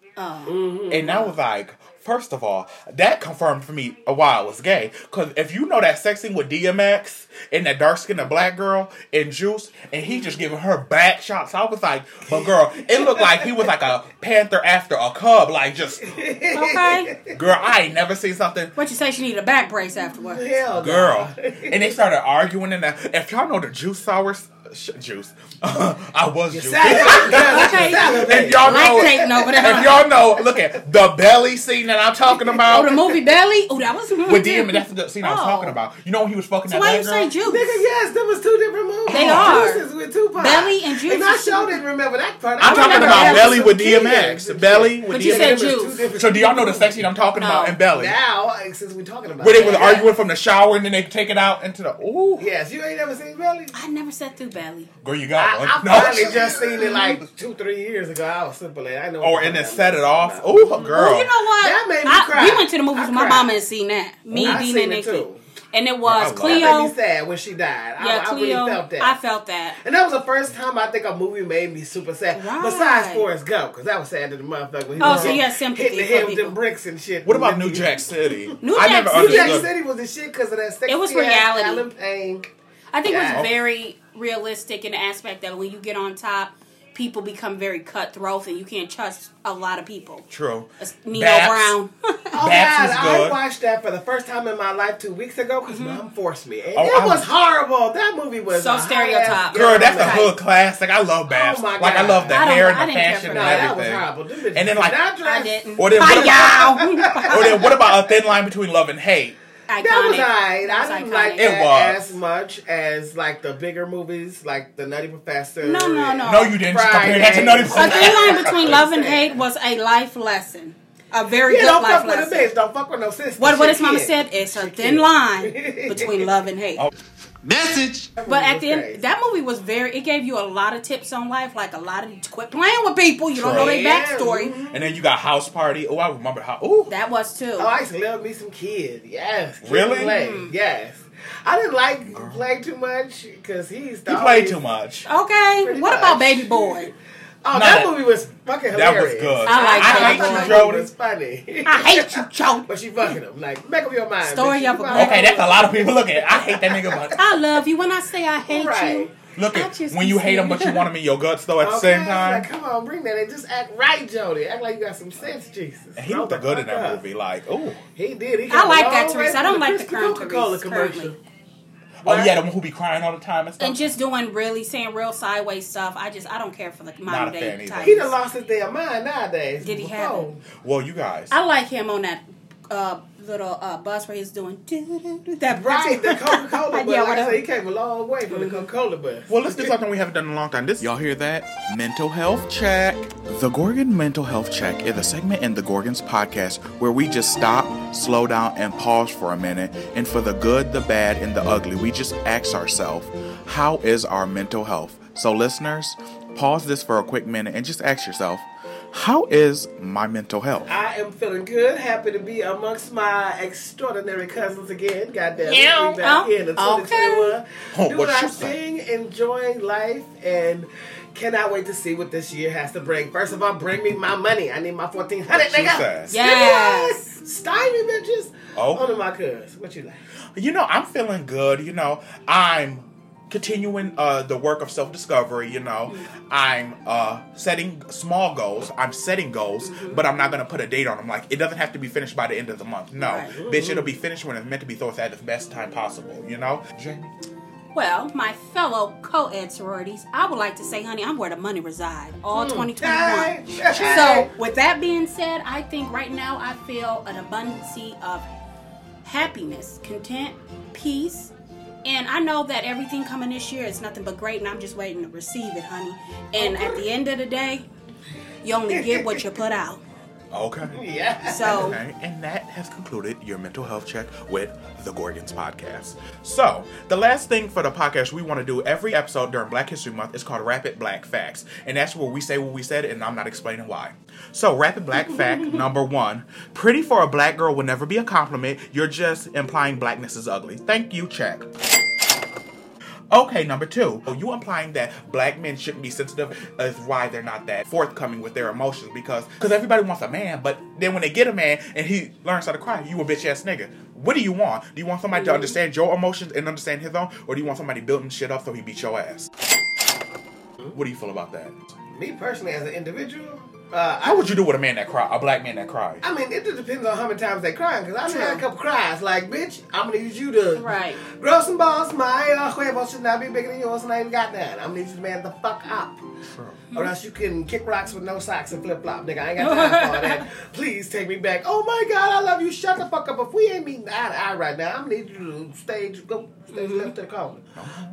Speaker 1: And I was like, first of all, that confirmed for me why I was gay. Because if you know that sex scene with DMX and that dark skinned black girl and Juice, and he just giving her back shots, I was like, but girl, it looked like he was like a panther after a cub. Like, just,
Speaker 2: Okay.
Speaker 1: girl, I ain't never seen something.
Speaker 2: What you say? She needed a back brace afterwards.
Speaker 3: Hell,
Speaker 1: Girl. And they started arguing. And that, if y'all know the Juice Sour. Sh- juice. I was juice.
Speaker 2: Okay.
Speaker 1: If y'all know,
Speaker 2: Lactating over there.
Speaker 1: if y'all know, look at the belly scene that I'm talking about.
Speaker 2: Oh, the movie Belly. Oh, that was
Speaker 1: With DM, and that's the scene I was
Speaker 2: Oh.
Speaker 1: talking about. You know when he was fucking
Speaker 2: So
Speaker 1: that
Speaker 2: why
Speaker 1: black
Speaker 2: you say
Speaker 1: girl?
Speaker 2: Juice?
Speaker 3: Nigga, yes, there was two different movies.
Speaker 2: They are.
Speaker 3: Juices with Tupac.
Speaker 2: Belly and Juice
Speaker 3: And I
Speaker 2: is-
Speaker 3: sure didn't remember that part.
Speaker 1: I'm
Speaker 3: I
Speaker 1: talking
Speaker 3: remember
Speaker 1: about
Speaker 3: that
Speaker 1: belly
Speaker 3: was
Speaker 1: with
Speaker 3: some
Speaker 1: DMX.
Speaker 3: kids.
Speaker 1: Belly with
Speaker 2: But you said
Speaker 1: DMX.
Speaker 3: Remember
Speaker 2: Juice.
Speaker 3: two different-
Speaker 1: So do y'all know the sex scene I'm talking
Speaker 2: No.
Speaker 1: about in belly?
Speaker 3: Now, like, since we're talking about
Speaker 1: Where they
Speaker 3: that.
Speaker 1: was arguing from the shower and then they take it out into the ooh.
Speaker 3: Yes, you ain't ever seen Belly?
Speaker 2: I never sat through Belly.
Speaker 1: Girl, you
Speaker 3: I,
Speaker 1: got one.
Speaker 3: I
Speaker 1: No.
Speaker 3: finally just seen it like two, three years ago. I was simple. like, I know.
Speaker 1: or and then set it off. Ooh, girl.
Speaker 2: You know what?
Speaker 3: That made me
Speaker 2: I-
Speaker 3: cry.
Speaker 2: We went to the movies
Speaker 3: I
Speaker 2: with my
Speaker 3: cried.
Speaker 2: mama and seen that. Me,
Speaker 3: I
Speaker 2: Dina,
Speaker 3: seen
Speaker 2: and
Speaker 3: it
Speaker 2: Nikki.
Speaker 3: too.
Speaker 2: And it
Speaker 1: I
Speaker 2: was
Speaker 1: love
Speaker 2: Cleo.
Speaker 3: That made me sad when she died.
Speaker 2: yeah,
Speaker 3: I, I
Speaker 2: Cleo.
Speaker 3: really felt that.
Speaker 2: I felt that.
Speaker 3: And that was the first time I think a movie made me super sad.
Speaker 2: Right.
Speaker 3: Besides Forrest Gump, because that was sad to the motherfucker. when he
Speaker 2: Oh,
Speaker 3: was
Speaker 2: so you had
Speaker 3: hitting
Speaker 2: sympathy
Speaker 3: the
Speaker 2: for
Speaker 3: head with
Speaker 2: people.
Speaker 3: them bricks and shit.
Speaker 1: What about
Speaker 3: And
Speaker 1: New
Speaker 3: then-
Speaker 1: Jack City?
Speaker 2: New
Speaker 1: I
Speaker 2: Jack
Speaker 1: never
Speaker 2: City.
Speaker 3: New Jack
Speaker 1: understood.
Speaker 3: City was the shit because of that sexy
Speaker 2: was
Speaker 3: ass
Speaker 2: reality.
Speaker 3: Alan Payne.
Speaker 2: I think it
Speaker 3: Yeah.
Speaker 2: was very realistic in the aspect that when you get on top, people become very cutthroat and you can't trust a lot of people.
Speaker 1: True.
Speaker 2: It's Nino
Speaker 1: Babs.
Speaker 2: Brown.
Speaker 3: Oh
Speaker 1: Babs
Speaker 3: God,
Speaker 1: was good.
Speaker 3: I watched that for the first time in my life two weeks ago because mom forced me. And
Speaker 1: Oh,
Speaker 3: it
Speaker 1: I-
Speaker 3: was horrible. That movie was
Speaker 2: Mm-hmm. So
Speaker 3: a hot-ass
Speaker 2: stereotyped.
Speaker 1: Girl, that's a
Speaker 3: Right.
Speaker 1: hood classic. I love Babs.
Speaker 3: my
Speaker 1: Like I
Speaker 3: God.
Speaker 1: love the
Speaker 2: Oh I don't-
Speaker 1: hair
Speaker 2: I
Speaker 1: and the
Speaker 2: didn't care
Speaker 1: fashion
Speaker 2: for
Speaker 1: and
Speaker 3: No,
Speaker 2: that.
Speaker 3: that was
Speaker 1: everything.
Speaker 3: horrible. Them bitches
Speaker 1: And then,
Speaker 3: did
Speaker 1: like-
Speaker 3: not
Speaker 2: I
Speaker 3: dress-
Speaker 2: didn't.
Speaker 1: Or then what about,
Speaker 2: Iconic.
Speaker 1: or then what about a thin line between love and hate?
Speaker 3: That was alright.
Speaker 2: That was
Speaker 3: I didn't
Speaker 2: iconic.
Speaker 3: like
Speaker 1: It
Speaker 3: that
Speaker 1: was.
Speaker 3: as much as like the bigger movies, like the Nutty Professor.
Speaker 2: No, no,
Speaker 3: and-
Speaker 2: no.
Speaker 1: No, you didn't. Just compare that to Nutty
Speaker 2: A
Speaker 3: Fridays.
Speaker 1: Professor.
Speaker 2: thin line between love and hate was a life lesson. A very
Speaker 3: Yeah,
Speaker 2: good
Speaker 3: don't
Speaker 2: life
Speaker 3: fuck with a
Speaker 2: lesson.
Speaker 3: bitch. Don't fuck with no sister.
Speaker 2: What, what
Speaker 3: She
Speaker 2: his mama
Speaker 3: kid.
Speaker 2: said, it's a thin line between love and hate.
Speaker 1: Oh.
Speaker 4: Message.
Speaker 2: But at
Speaker 3: was
Speaker 2: the end,
Speaker 3: crazy.
Speaker 2: that movie was very. It gave you a lot of tips on life, like a lot of quit playing with people. You don't know their
Speaker 3: Yeah. mm-hmm.
Speaker 2: backstory.
Speaker 1: And then you got house party. Oh, I remember how. Ooh,
Speaker 2: That was too.
Speaker 3: Oh, I used to love me some kid. Yes. Kid
Speaker 1: Really?
Speaker 3: Play.
Speaker 2: Hmm.
Speaker 3: Yes. I didn't like play too much because he used to
Speaker 1: you played
Speaker 3: always-
Speaker 1: too much.
Speaker 2: okay,
Speaker 3: Pretty
Speaker 2: what
Speaker 3: much.
Speaker 2: about Baby Boy?
Speaker 3: Oh,
Speaker 1: No,
Speaker 3: that
Speaker 1: that-
Speaker 3: movie was fucking
Speaker 1: that was
Speaker 3: hilarious.
Speaker 1: good.
Speaker 2: I like
Speaker 3: I,
Speaker 2: that
Speaker 3: thought
Speaker 2: one.
Speaker 3: that movie was funny.
Speaker 2: I hate you, Joe.
Speaker 3: but she fucking him. Like, make up your mind.
Speaker 2: Story
Speaker 3: bitch.
Speaker 2: of
Speaker 3: You
Speaker 2: a
Speaker 3: might-
Speaker 1: Okay, that's a lot of people. Look at I hate that nigga, but
Speaker 2: I love you. When I say I hate
Speaker 3: Right.
Speaker 2: you,
Speaker 1: look
Speaker 2: I
Speaker 1: at
Speaker 2: just
Speaker 1: when
Speaker 2: be
Speaker 1: you hate him,
Speaker 2: saying-
Speaker 1: but you want him in your guts though at the same
Speaker 3: Okay,
Speaker 1: time.
Speaker 3: Like, come on, bring that and just act right, Jody. Act like you got some sense, Jesus.
Speaker 1: And he
Speaker 3: Grow
Speaker 1: looked
Speaker 3: the
Speaker 1: good in
Speaker 3: fuck
Speaker 1: that
Speaker 3: up.
Speaker 1: movie. Like, ooh, Oh,
Speaker 3: He did. He
Speaker 2: I like that
Speaker 3: Teresa.
Speaker 2: Teresa. I don't like the current
Speaker 3: Coca-Cola
Speaker 2: Teresa currently.
Speaker 3: commercial.
Speaker 1: oh yeah, the one who be crying all the time and
Speaker 2: and
Speaker 1: stuff.
Speaker 2: just doing really saying real sideways stuff. I just I don't care for the
Speaker 1: Not a
Speaker 2: modern
Speaker 1: fan
Speaker 2: day
Speaker 1: either.
Speaker 2: type.
Speaker 3: He done lost his damn mind nowadays.
Speaker 2: Did he have
Speaker 3: Before.
Speaker 1: Well, you guys,
Speaker 2: I like him on that uh, little uh, bus where he's doing doo-doo-doo, that
Speaker 3: Right, the Coca-Cola bus.
Speaker 2: Yeah,
Speaker 3: like I
Speaker 2: whatever.
Speaker 3: said, he came a long way from
Speaker 2: Mm-hmm.
Speaker 3: the Coca-Cola bus.
Speaker 1: Well, let's do something we haven't done in a long time. This y'all hear that? Mental health check. The Gorgon Mental Health Check is a segment in the Gorgons podcast where we just stop, slow down, and pause for a minute. And for the good, the bad, and the ugly, we just ask ourselves, how is our mental health? So, listeners, pause this for a quick minute and just ask yourself, how is my mental health?
Speaker 3: I am feeling good. Happy to be amongst my extraordinary cousins again. Goddamn,
Speaker 2: Yeah.
Speaker 3: we back
Speaker 2: Oh,
Speaker 3: here in the
Speaker 2: okay.
Speaker 3: 2021.
Speaker 1: Oh, what
Speaker 3: Doing our
Speaker 1: you say?
Speaker 3: thing, enjoying life, and cannot wait to see what this year has to bring. First of all, bring me my money. I need my fourteen hundred,
Speaker 1: What you
Speaker 3: nigga.
Speaker 1: say?
Speaker 2: Yes.
Speaker 3: Stimulus. stymie bitches.
Speaker 1: Oh.
Speaker 3: one of my cuz. What you like?
Speaker 1: you know, I'm feeling good. You know, I'm continuing uh, the work of self discovery. You know, I'm uh, setting small goals. I'm setting goals, but I'm not gonna put a date on them. Like, it doesn't have to be finished by the end of the month. No,
Speaker 2: Right.
Speaker 1: bitch, it'll be finished when it's meant to be. So it's at the best time possible. You know, Jamie.
Speaker 2: Well, my fellow co-ed sororities, I would like to say, honey, I'm where the money reside. All 2021. So, with that being said, I think right now I feel an abundance of happiness, content, peace. And I know that everything coming this year is nothing but great, and I'm just waiting to receive it, honey. And at the end of the day, you only get what you put out.
Speaker 1: Okay.
Speaker 3: yeah.
Speaker 2: So,
Speaker 1: Okay, and that has concluded your mental health check with the Gorgons podcast. So, the last thing for the podcast we want to do every episode during Black History Month is called Rapid Black Facts, and that's where we say what we said, and I'm not explaining why. So, Rapid Black Fact number one pretty for a black girl will never be a compliment, you're just implying blackness is ugly. Thank you, check. Okay, number two. Are you implying that black men shouldn't be sensitive is why they're not that forthcoming with their emotions because because everybody wants a man, but then when they get a man and he learns how to cry, you a bitch ass nigga. What do you want? Do you want somebody to understand your emotions and understand his own, or do you want somebody building shit up so he beat your ass? What do you feel about that?
Speaker 3: Me personally, as an individual, uh, I
Speaker 1: How would you do with a man that cry, a black man that cries?
Speaker 3: I mean, it just depends on how many times they crying. Cause I've had a
Speaker 2: True.
Speaker 3: couple cries. Like, bitch, I'm gonna need you to
Speaker 2: Right.
Speaker 3: grow some balls. My uh, huevos should not be bigger than yours, and I ain't got that. I'm gonna need you to man the fuck up, or else you can kick rocks with no socks and flip flop, nigga. I ain't got time for all that. Please take me back. Oh my god, I love you. Shut the fuck up. If we ain't meeting eye to eye right now, I'm gonna need you to stage go stage left to the corner.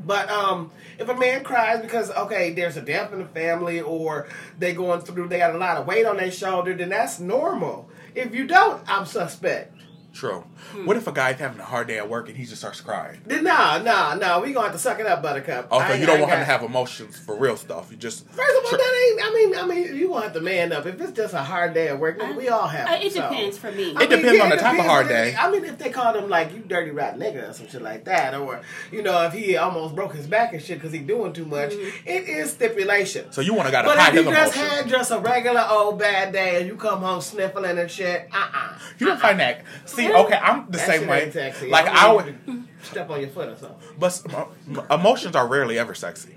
Speaker 3: But um, if a man cries because okay, there's a death in the family, or they going through, they got a lot of weight on their shoulder, then that's normal. If you don't, I'm suspect.
Speaker 1: True.
Speaker 3: Hmm.
Speaker 1: What if a guy's having a hard day at work and he just starts crying?
Speaker 3: Then nah, nah, nah. We gonna have to suck it up, Buttercup.
Speaker 1: Also,
Speaker 3: I-
Speaker 1: you don't
Speaker 3: I
Speaker 1: want him
Speaker 3: got-
Speaker 1: to have emotions for real stuff. You just
Speaker 3: First of all,
Speaker 1: Tr-
Speaker 3: that ain't. I mean, I mean, you gonna have to man up. If it's just a hard day at work, we all have.
Speaker 2: Uh, it
Speaker 3: so.
Speaker 2: depends for me.
Speaker 3: I
Speaker 1: It depends on
Speaker 3: it
Speaker 1: the type of
Speaker 3: depends,
Speaker 1: hard
Speaker 3: but if-
Speaker 1: day.
Speaker 3: I mean, if they call him like you dirty rat nigga or some shit like that, or you know, if he almost broke his back and shit because he doing too much,
Speaker 2: Mm-hmm.
Speaker 3: it is stipulation.
Speaker 1: So you wanna gotta
Speaker 3: But
Speaker 1: hide
Speaker 3: if you
Speaker 1: his
Speaker 3: just
Speaker 1: emotion.
Speaker 3: had just a regular old bad day and you come home sniffling and shit, uh uh
Speaker 1: you don't find that. See, okay, I'm the
Speaker 3: That
Speaker 1: same
Speaker 3: shit
Speaker 1: way.
Speaker 3: ain't sexy.
Speaker 1: Like
Speaker 3: I
Speaker 1: I
Speaker 3: want
Speaker 1: would,
Speaker 3: you to step on your foot or something.
Speaker 1: but s- mo- mo- emotions are rarely ever sexy.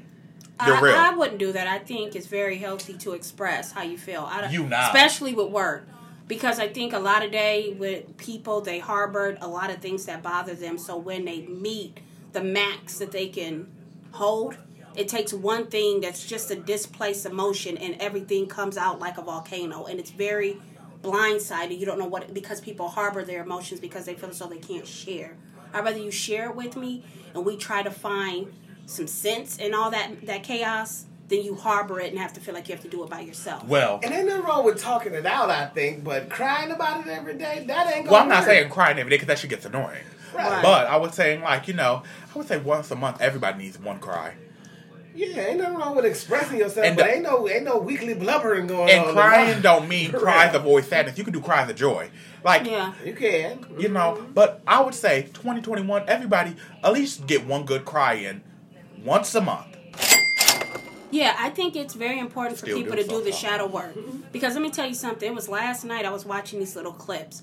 Speaker 1: They're
Speaker 2: I,
Speaker 1: real.
Speaker 2: I wouldn't do that. I think it's very healthy to express how you feel. I don't,
Speaker 1: You not.
Speaker 2: especially with work, because I think a lot of day with people they harbored a lot of things that bother them. So when they meet the max that they can hold, it takes one thing that's just a displaced emotion, and everything comes out like a volcano, and it's very blindsided. You don't know what because people harbor their emotions because they feel as though they can't share. I'd rather you share it with me, and we try to find some sense in all that that chaos, then you harbor it and have to feel like you have to do it by yourself.
Speaker 1: well,
Speaker 3: And ain't nothing wrong with talking it out, I think, but crying about it every day, that ain't gonna
Speaker 1: well, I'm not
Speaker 3: work.
Speaker 1: saying crying every day because that shit gets annoying.
Speaker 3: Right.
Speaker 1: But I was saying, like you know, I would say once a month everybody needs one cry.
Speaker 3: Yeah, ain't nothing wrong with expressing yourself,
Speaker 1: And
Speaker 3: but
Speaker 1: the-
Speaker 3: ain't no ain't no weekly blubbering going on.
Speaker 1: And crying don't mean
Speaker 3: Correct.
Speaker 1: cries of void sadness. You can do cries of joy. Like
Speaker 2: Yeah.
Speaker 3: You can.
Speaker 1: you know.
Speaker 3: Mm-hmm.
Speaker 1: But I would say 2021, everybody at least get one good cry in once a month.
Speaker 2: Yeah, I think it's very important for
Speaker 1: Still
Speaker 2: people
Speaker 1: do
Speaker 2: to do the
Speaker 1: sometimes.
Speaker 2: shadow work. Because let me tell you something. It was last night I was watching these little clips.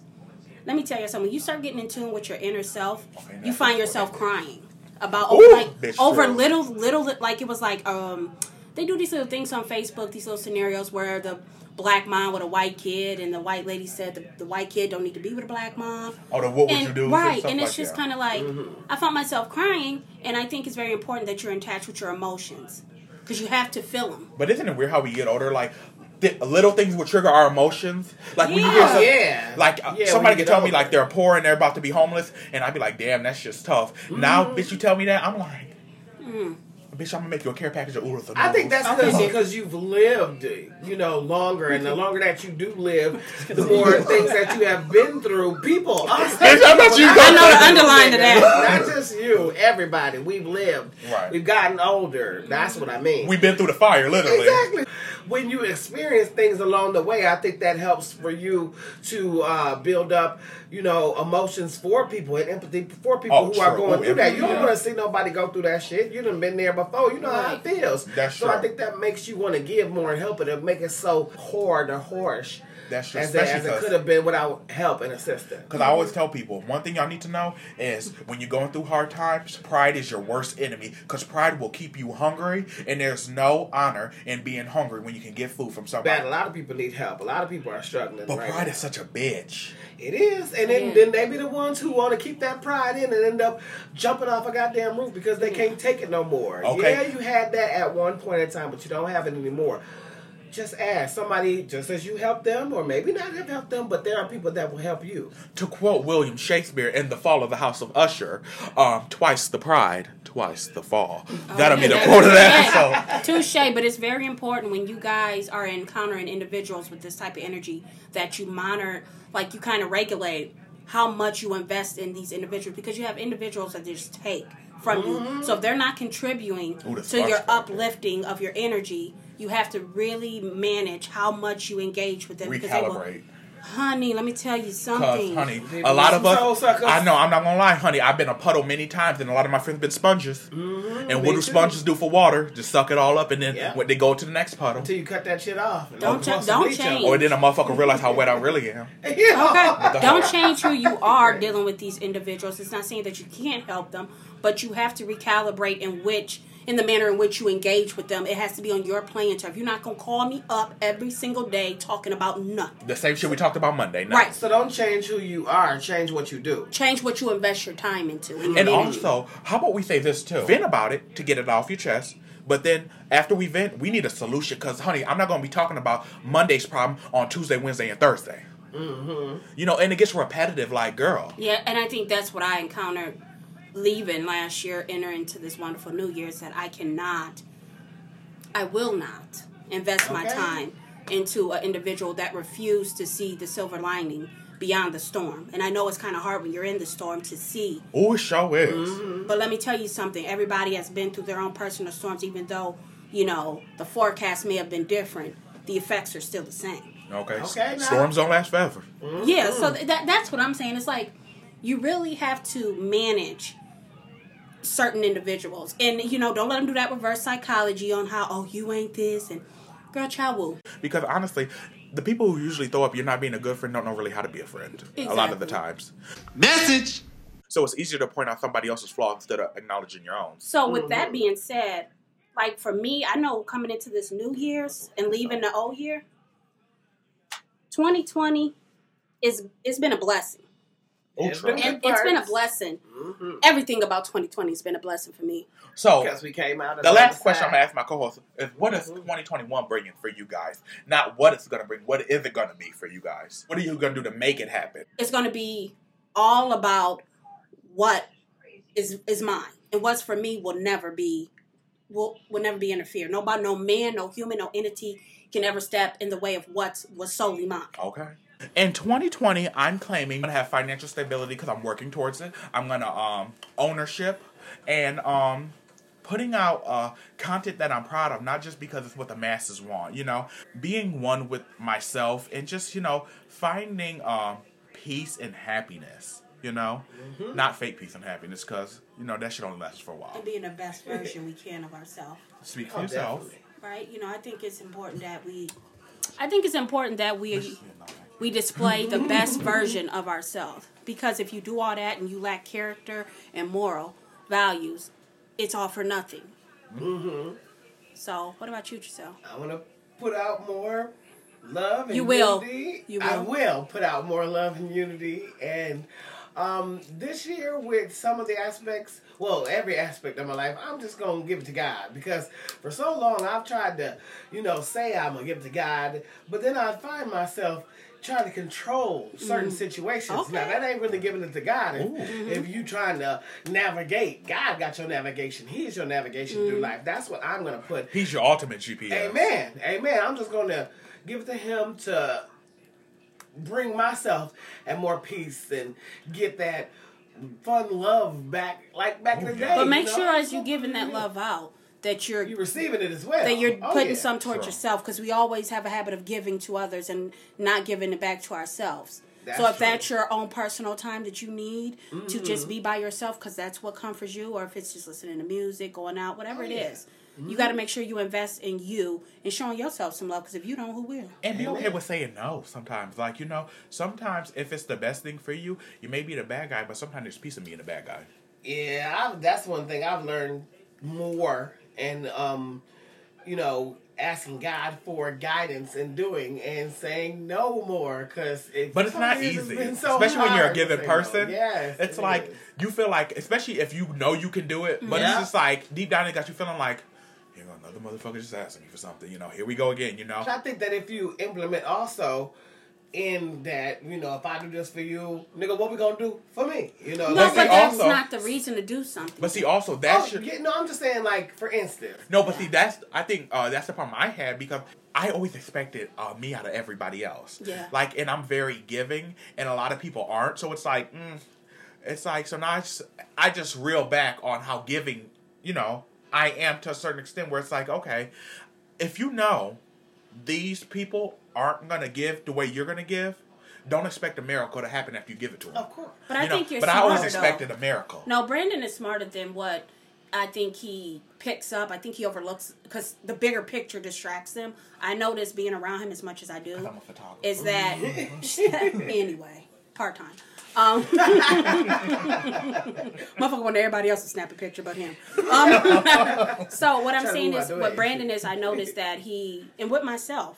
Speaker 2: Let me tell you something. When you start getting in tune with your inner self,
Speaker 1: Okay,
Speaker 2: you
Speaker 1: that's important.
Speaker 2: find yourself crying about
Speaker 1: Ooh,
Speaker 2: like
Speaker 1: bitch,
Speaker 2: over
Speaker 1: true.
Speaker 2: little little like it was like um they do these little things on Facebook, these little scenarios where the black mom with a white kid and the white lady said the, the white kid don't need to be with a black mom.
Speaker 1: Or Oh, the what would
Speaker 2: and,
Speaker 1: you do?
Speaker 2: Right,
Speaker 1: stuff
Speaker 2: and it's
Speaker 1: like
Speaker 2: just
Speaker 1: that.
Speaker 2: kind of like I found myself crying, and I think it's very important that you're in touch with your emotions because you have to feel them.
Speaker 1: But isn't it weird how we get older? Like th- little things will trigger our emotions. Like when you hear
Speaker 2: Yeah.
Speaker 1: some,
Speaker 3: Oh, Yeah.
Speaker 1: like uh,
Speaker 3: Yeah, when
Speaker 1: somebody
Speaker 3: you
Speaker 1: can
Speaker 3: get
Speaker 1: tell me
Speaker 3: older.
Speaker 1: like they're poor and they're about to be homeless, and I'd be like, damn, that's just tough. Now, bitch, you tell me that, I'm like, bitch, I'm gonna make you a care package of oodles. and
Speaker 3: I think
Speaker 1: noodles.
Speaker 3: that's because because you've lived, you know, longer, and the longer that you do live, the more things that you have been through. People, us,
Speaker 1: Bitch, I bet you
Speaker 3: I
Speaker 1: don't
Speaker 2: I know the
Speaker 1: think-
Speaker 2: underline to that.
Speaker 3: not just you, everybody. We've lived.
Speaker 1: Right.
Speaker 3: We've gotten older. That's what I mean.
Speaker 1: We've been through the fire, literally.
Speaker 3: Exactly. When you experience things along the way, I think that helps for you to uh, build up, you know, emotions for people and empathy for people
Speaker 1: Oh,
Speaker 3: who are
Speaker 1: true.
Speaker 3: going
Speaker 1: Ooh,
Speaker 3: through that. You
Speaker 1: empathy,
Speaker 3: don't
Speaker 1: yeah.
Speaker 3: want to see nobody go through that shit. You done been there before. You know how it
Speaker 2: Right.
Speaker 3: feels.
Speaker 1: That's
Speaker 3: so I
Speaker 1: true.
Speaker 3: think that makes you want to give more and help it and make it so hard or harsh
Speaker 1: That's true,
Speaker 3: as, it-
Speaker 1: especially
Speaker 3: as it
Speaker 1: 'cause-
Speaker 3: could have been without help and assistance.
Speaker 1: Because I always tell people, one thing y'all need to know is when you're going through hard times, pride is your worst enemy. Because pride will keep you hungry, and there's no honor in being hungry when you can get food from somebody.
Speaker 3: Bad. A lot of people need help. A lot of people are struggling.
Speaker 1: But
Speaker 3: right
Speaker 1: pride
Speaker 3: now.
Speaker 1: is such a bitch.
Speaker 3: It is, and then,
Speaker 2: Yeah.
Speaker 3: then they be the ones who want to keep that pride in and end up jumping off a goddamn roof because they can't take it no more.
Speaker 1: Okay.
Speaker 3: Yeah, you had that at one point in time, but you don't have it anymore. Just ask somebody, just as you help them, or maybe not have helped them, but there are people that will help you.
Speaker 1: To quote William Shakespeare in The Fall of the House of Usher, um, twice the pride, twice the fall. That'll be the quote of that episode.
Speaker 2: Touche, but it's very important when you guys are encountering individuals with this type of energy that you monitor, like you kind of regulate how much you invest in these individuals because you have individuals that just take from you. So if they're not contributing
Speaker 1: Ooh, that's
Speaker 2: to your
Speaker 1: toxic.
Speaker 2: uplifting of your energy, you have to really manage how much you engage with them because they will
Speaker 1: Recalibrate.
Speaker 2: honey, let me tell you
Speaker 1: Cause,
Speaker 2: something.
Speaker 1: honey,
Speaker 3: They
Speaker 1: a lot of
Speaker 3: some soul
Speaker 1: us.
Speaker 3: suckers.
Speaker 1: I know. I'm not gonna lie, honey. I've been a puddle many times, and a lot of my friends been sponges. and what
Speaker 3: Mm-hmm, me
Speaker 1: do
Speaker 3: too.
Speaker 1: sponges do for water? Just suck it all up, and then
Speaker 3: Yeah.
Speaker 1: when they go to the next puddle,
Speaker 3: Until you cut that shit off. and
Speaker 2: Don't
Speaker 3: all the
Speaker 2: cha-
Speaker 3: muscles
Speaker 2: don't
Speaker 3: bleach out.
Speaker 2: change.
Speaker 1: or then a motherfucker realize how wet I really am.
Speaker 3: Yeah.
Speaker 2: Okay. Don't change who you are dealing with these individuals. It's not saying that you can't help them, but you have to recalibrate in which in the manner in which you engage with them. It has to be on your playing turf. You're not gonna call me up every single day talking about nothing.
Speaker 1: The same shit we talked about Monday night.
Speaker 2: Right.
Speaker 3: So don't change who you are. Change what you do.
Speaker 2: Change what you invest your time into. your
Speaker 1: And
Speaker 2: energy.
Speaker 1: also, how about we say this too? Vent about it to get it off your chest. But then after we vent, we need a solution. Cause honey, I'm not gonna be talking about Monday's problem on Tuesday, Wednesday, and Thursday.
Speaker 3: Mm-hmm.
Speaker 1: You know, and it gets repetitive. Like, girl,
Speaker 2: Yeah, and I think that's what I encountered leaving last year, entering into this wonderful new year, is that I cannot, I will not invest my
Speaker 3: Okay.
Speaker 2: time into an individual that refused to see the silver lining beyond the storm. And I know it's kind of hard when you're in the storm to see.
Speaker 1: oh, it sure is.
Speaker 3: Mm-hmm.
Speaker 2: But let me tell you something everybody has been through their own personal storms, even though, you know, the forecast may have been different, the effects are still the same.
Speaker 1: Okay.
Speaker 3: Okay, now- Mm-hmm.
Speaker 1: Storms don't last forever.
Speaker 2: Yeah, so th- that that's what I'm saying. It's like you really have to manage certain individuals, and you know, don't let them do that reverse psychology on how oh you ain't this and girl child woo.
Speaker 1: Because honestly, the people who usually throw up you're not being a good friend don't know really how to be a friend. A lot of the
Speaker 2: Exactly.
Speaker 1: times.
Speaker 4: Message.
Speaker 1: So it's easier to point out somebody else's flaw instead of acknowledging your own.
Speaker 2: So with that being said, like for me, I know coming into this new year's and leaving the old year, 2020 is it's been a blessing.
Speaker 3: It's
Speaker 1: Ultra.
Speaker 3: been-
Speaker 2: And it's been a blessing. Everything about 2020 has been a blessing for me.
Speaker 1: So
Speaker 3: Because we came out. Of
Speaker 1: the last
Speaker 3: other
Speaker 1: question I'm
Speaker 3: side.
Speaker 1: gonna ask my co-host is: What is 2021 bringing for you guys? Not what it's gonna bring. What is it gonna be for you guys? What are you gonna do to make it happen?
Speaker 2: it's going to be all about what is is mine and what's for me will never be will will never be interfered. Nobody, no man, no human, no entity can ever step in the way of what's was solely mine.
Speaker 1: Okay. In 2020, I'm claiming I'm gonna have financial stability because I'm working towards it. I'm gonna um ownership and um putting out uh content that I'm proud of, not just because it's what the masses want. You know, being one with myself and just you know finding um peace and happiness. You know,
Speaker 3: Mm-hmm.
Speaker 1: not fake peace and happiness because you know that shit only lasts for a while.
Speaker 2: Being the best version we can of ourselves.
Speaker 1: Speak for
Speaker 3: Oh,
Speaker 1: yourself.
Speaker 3: definitely.
Speaker 2: right? You know, I think it's important that we, I think it's important that we, we display the best version of ourselves. Because if you do all that and you lack character and moral values, it's all for nothing. Mm-hmm. So, what about you, Giselle?
Speaker 3: I'm gonna put out more love and
Speaker 2: You will.
Speaker 3: unity.
Speaker 2: You
Speaker 3: I
Speaker 2: will.
Speaker 3: will put out more love and unity. And um, this year, with some of the aspects, well, every aspect of my life, I'm just gonna give it to God because for so long I've tried to, you know, say I'm gonna give it to God, but then I find myself. Trying to control certain situations. Now
Speaker 2: Mm-hmm. Okay. Mm-hmm.
Speaker 3: that ain't really giving it to God. If, if you trying to navigate, God got your navigation. He's your navigation
Speaker 2: Mm-hmm.
Speaker 3: through life. That's what I'm gonna put
Speaker 1: He's your ultimate GPS.
Speaker 3: Amen. Amen. I'm just going to give it to him to bring myself and more peace and get that fun love back, like back
Speaker 1: Oh,
Speaker 3: in the day.
Speaker 2: But make
Speaker 3: you know?
Speaker 2: sure as you're giving that love out that you're
Speaker 3: you're receiving it as well.
Speaker 2: that you're
Speaker 3: Oh,
Speaker 2: putting
Speaker 3: yeah.
Speaker 2: some toward
Speaker 1: Sure.
Speaker 2: yourself because we always have a habit of giving to others and not giving it back to ourselves.
Speaker 3: That's
Speaker 2: so if
Speaker 3: true. Mm-hmm.
Speaker 2: that's your own personal time that you need to just be by yourself because that's what comforts you, or if it's just listening to music, going out, whatever it is,
Speaker 3: Oh, yeah. Mm-hmm.
Speaker 2: you got to make sure you invest in you and showing yourself some love because if you don't, who will?
Speaker 1: And be okay with saying no sometimes. Like, you know, sometimes if it's the best thing for you, you may be the bad guy, but sometimes there's peace in being the bad guy.
Speaker 3: Yeah, I've, that's one thing I've learned more, and um, you know, asking God for guidance and doing and saying no more because
Speaker 1: But it's not easy. especially when you're a given person.
Speaker 3: Yes,
Speaker 1: It's
Speaker 3: it
Speaker 1: like
Speaker 3: is.
Speaker 1: you feel like especially if you know you can do it, but
Speaker 3: Yeah.
Speaker 1: it's just like deep down it got you feeling like, here go another motherfucker just asking me for something, you know, here we go again, you know.
Speaker 3: I think that if you implement also in that, you know, if I do this for you, nigga, what we gonna do for me? You know,
Speaker 2: No,
Speaker 1: But
Speaker 2: but oh,
Speaker 1: see,
Speaker 2: that's
Speaker 1: also-
Speaker 2: not the reason to do something.
Speaker 1: But see also
Speaker 3: oh,
Speaker 1: that's your
Speaker 3: yeah, no, I'm just saying, like for instance,
Speaker 1: No, but see, that's I think uh, that's the problem I had because I always expected uh, me out of everybody else.
Speaker 2: Yeah.
Speaker 1: Like, and I'm very giving, and a lot of people aren't. So it's like, mm, it's like so now I just, I just reel back on how giving you know I am to a certain extent. Where it's like, okay, if you know these people aren't gonna give the way you're gonna give, Don't expect a miracle to happen after you give it to them.
Speaker 3: Of course.
Speaker 2: But I
Speaker 1: You know,
Speaker 2: think you're
Speaker 1: But I always
Speaker 2: smart, though.
Speaker 1: expected a miracle.
Speaker 2: No, Brandon is smarter than what I think he picks up. I think he overlooks because the bigger picture distracts him. I notice being around him as much as I do.
Speaker 1: I'm a photographer.
Speaker 2: Is that anyway? Part time. Um, motherfucker, when everybody else to snap a picture but him. Um, so what I'm
Speaker 3: Tryna
Speaker 2: saying
Speaker 3: move
Speaker 2: is,
Speaker 3: out the
Speaker 2: what
Speaker 3: way.
Speaker 2: Brandon is, I noticed that he and with myself,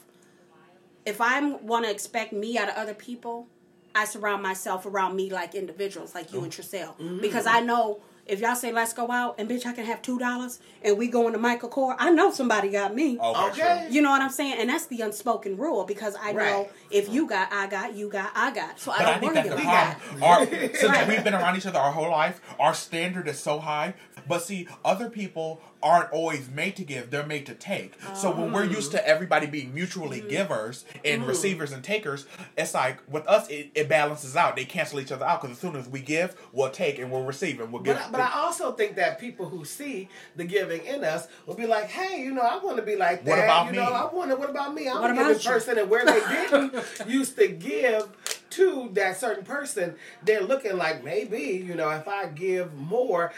Speaker 2: if I want to expect me out of other people, I surround myself around me like individuals, like
Speaker 3: Mm.
Speaker 2: you and Triselle, because I know if y'all say let's go out and bitch, I can have two dollars and we go into Michael Kors. I know somebody got me.
Speaker 3: Oh, Okay.
Speaker 2: You know what I'm saying? And that's the unspoken rule because I know
Speaker 3: Right.
Speaker 2: if you got, I got, you got, I got. So
Speaker 1: But I
Speaker 2: I
Speaker 1: think
Speaker 2: don't
Speaker 1: that's
Speaker 2: worry
Speaker 1: the
Speaker 2: about
Speaker 1: problem.
Speaker 2: that.
Speaker 1: Our, since we've been around each other our whole life, our standard is so high. But see, other people aren't always made to give; they're made to take. So when we're used to everybody being mutually givers and receivers and takers, it's like with us, it, it balances out. They cancel each other out because as soon as we give, we'll take and we'll receive and we'll give.
Speaker 3: But, I, but I also think that people who see the giving in us will be like, hey, you know, I want to be like that.
Speaker 1: What about
Speaker 3: you
Speaker 1: me?
Speaker 3: know, I want to. What about me? I'm
Speaker 2: What
Speaker 3: a
Speaker 2: about
Speaker 3: giving
Speaker 2: you?
Speaker 3: person, and where they didn't used to give to that certain person, they're looking like maybe you know, if I give more.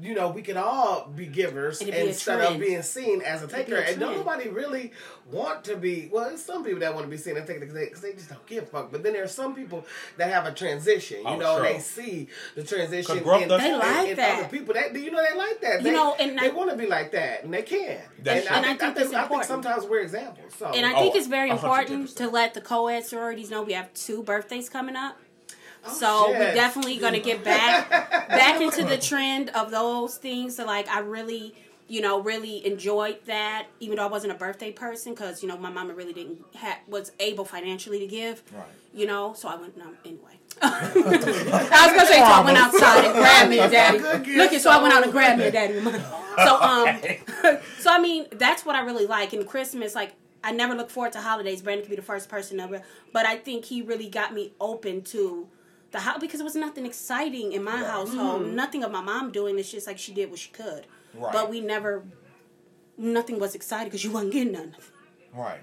Speaker 3: You know, we can all be givers
Speaker 2: It'd be a
Speaker 3: instead of
Speaker 2: trend.
Speaker 3: being seen as a
Speaker 2: be
Speaker 3: taker.
Speaker 2: a
Speaker 3: And don't
Speaker 2: trend.
Speaker 3: nobody really want to be, well, there's some people that want to be seen as taker because they, 'cause they just don't give a fuck. But then there are some people that have a transition, you
Speaker 1: Oh,
Speaker 3: know, and
Speaker 1: sure.
Speaker 3: they see the transition.
Speaker 1: growth
Speaker 3: in-
Speaker 1: does-
Speaker 2: They
Speaker 3: in-
Speaker 2: like
Speaker 3: in
Speaker 2: that.
Speaker 3: Other people that you know they like that.
Speaker 2: You
Speaker 3: They,
Speaker 2: know, and
Speaker 3: they
Speaker 2: I-
Speaker 3: want to be like that, and they can.
Speaker 1: That's
Speaker 3: and
Speaker 1: true.
Speaker 3: I think, I
Speaker 2: And I think
Speaker 3: think,
Speaker 2: that's
Speaker 3: I think
Speaker 2: important.
Speaker 3: sometimes we're examples. So
Speaker 2: And I
Speaker 1: Oh,
Speaker 2: think it's very
Speaker 1: a hundred
Speaker 2: important to
Speaker 1: percent.
Speaker 2: let the co ed sororities know we have two birthdays coming up.
Speaker 1: Oh,
Speaker 2: So
Speaker 3: shit.
Speaker 2: we're definitely gonna get back back into the trend of those things. So like I really, you know, really enjoyed that. Even though I wasn't a birthday person, because you know my mama really didn't ha- was able financially to give.
Speaker 1: Right.
Speaker 2: You know, so I went no, anyway. I was gonna say so I went outside and grabbed me a daddy. Look, at- so I went out and grabbed me a daddy. with money. So um, so I mean that's what I really like. And Christmas, like I never look forward to holidays. Brandon could be the first person ever, but I think he really got me open to the house because it was nothing exciting in my household. Nothing of my mom doing. It's just like she did what she could,
Speaker 1: Mm-hmm. Right.
Speaker 2: but we never. Nothing was exciting because you wasn't getting none.
Speaker 1: right.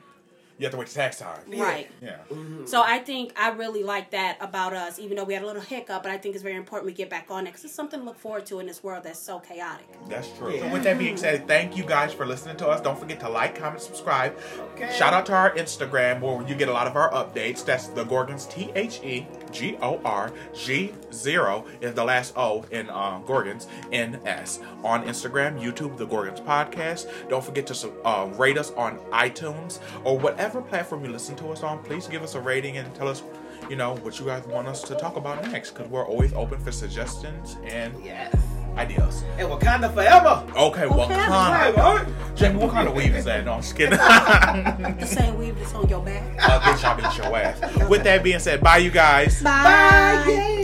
Speaker 1: You have to wait till tax time.
Speaker 2: Right.
Speaker 1: Yeah. Mm-hmm.
Speaker 2: So I think I really like that about us, even though we had a little hiccup. But I think it's very important we get back on it because it's something to look forward to in this world that's so chaotic.
Speaker 1: That's true.
Speaker 3: Yeah.
Speaker 1: So with that being said, thank you guys for listening to us. Don't forget to like, comment, subscribe.
Speaker 3: Okay.
Speaker 1: Shout out to our Instagram where you get a lot of our updates. That's the Gorgons T H E G O R G zero is the last O in uh, Gorgons N S on Instagram, YouTube, the Gorgons podcast. Don't forget to su- uh, rate us on iTunes or whatever platform you listen to us on. Please give us a rating and tell us. You know what you guys want us to talk about next, because we're always open for suggestions and
Speaker 3: yes,
Speaker 1: ideas.
Speaker 3: and Wakanda forever.
Speaker 1: Okay,
Speaker 2: Okay,
Speaker 1: Wakanda.
Speaker 3: Right, right.
Speaker 1: Jamie, what kind of weave is that? No, I'm just kidding. uh,
Speaker 2: The same weave that's on your back.
Speaker 1: bitch, I'll beat your ass. With that being said, bye, you guys.
Speaker 2: Bye.
Speaker 3: Bye.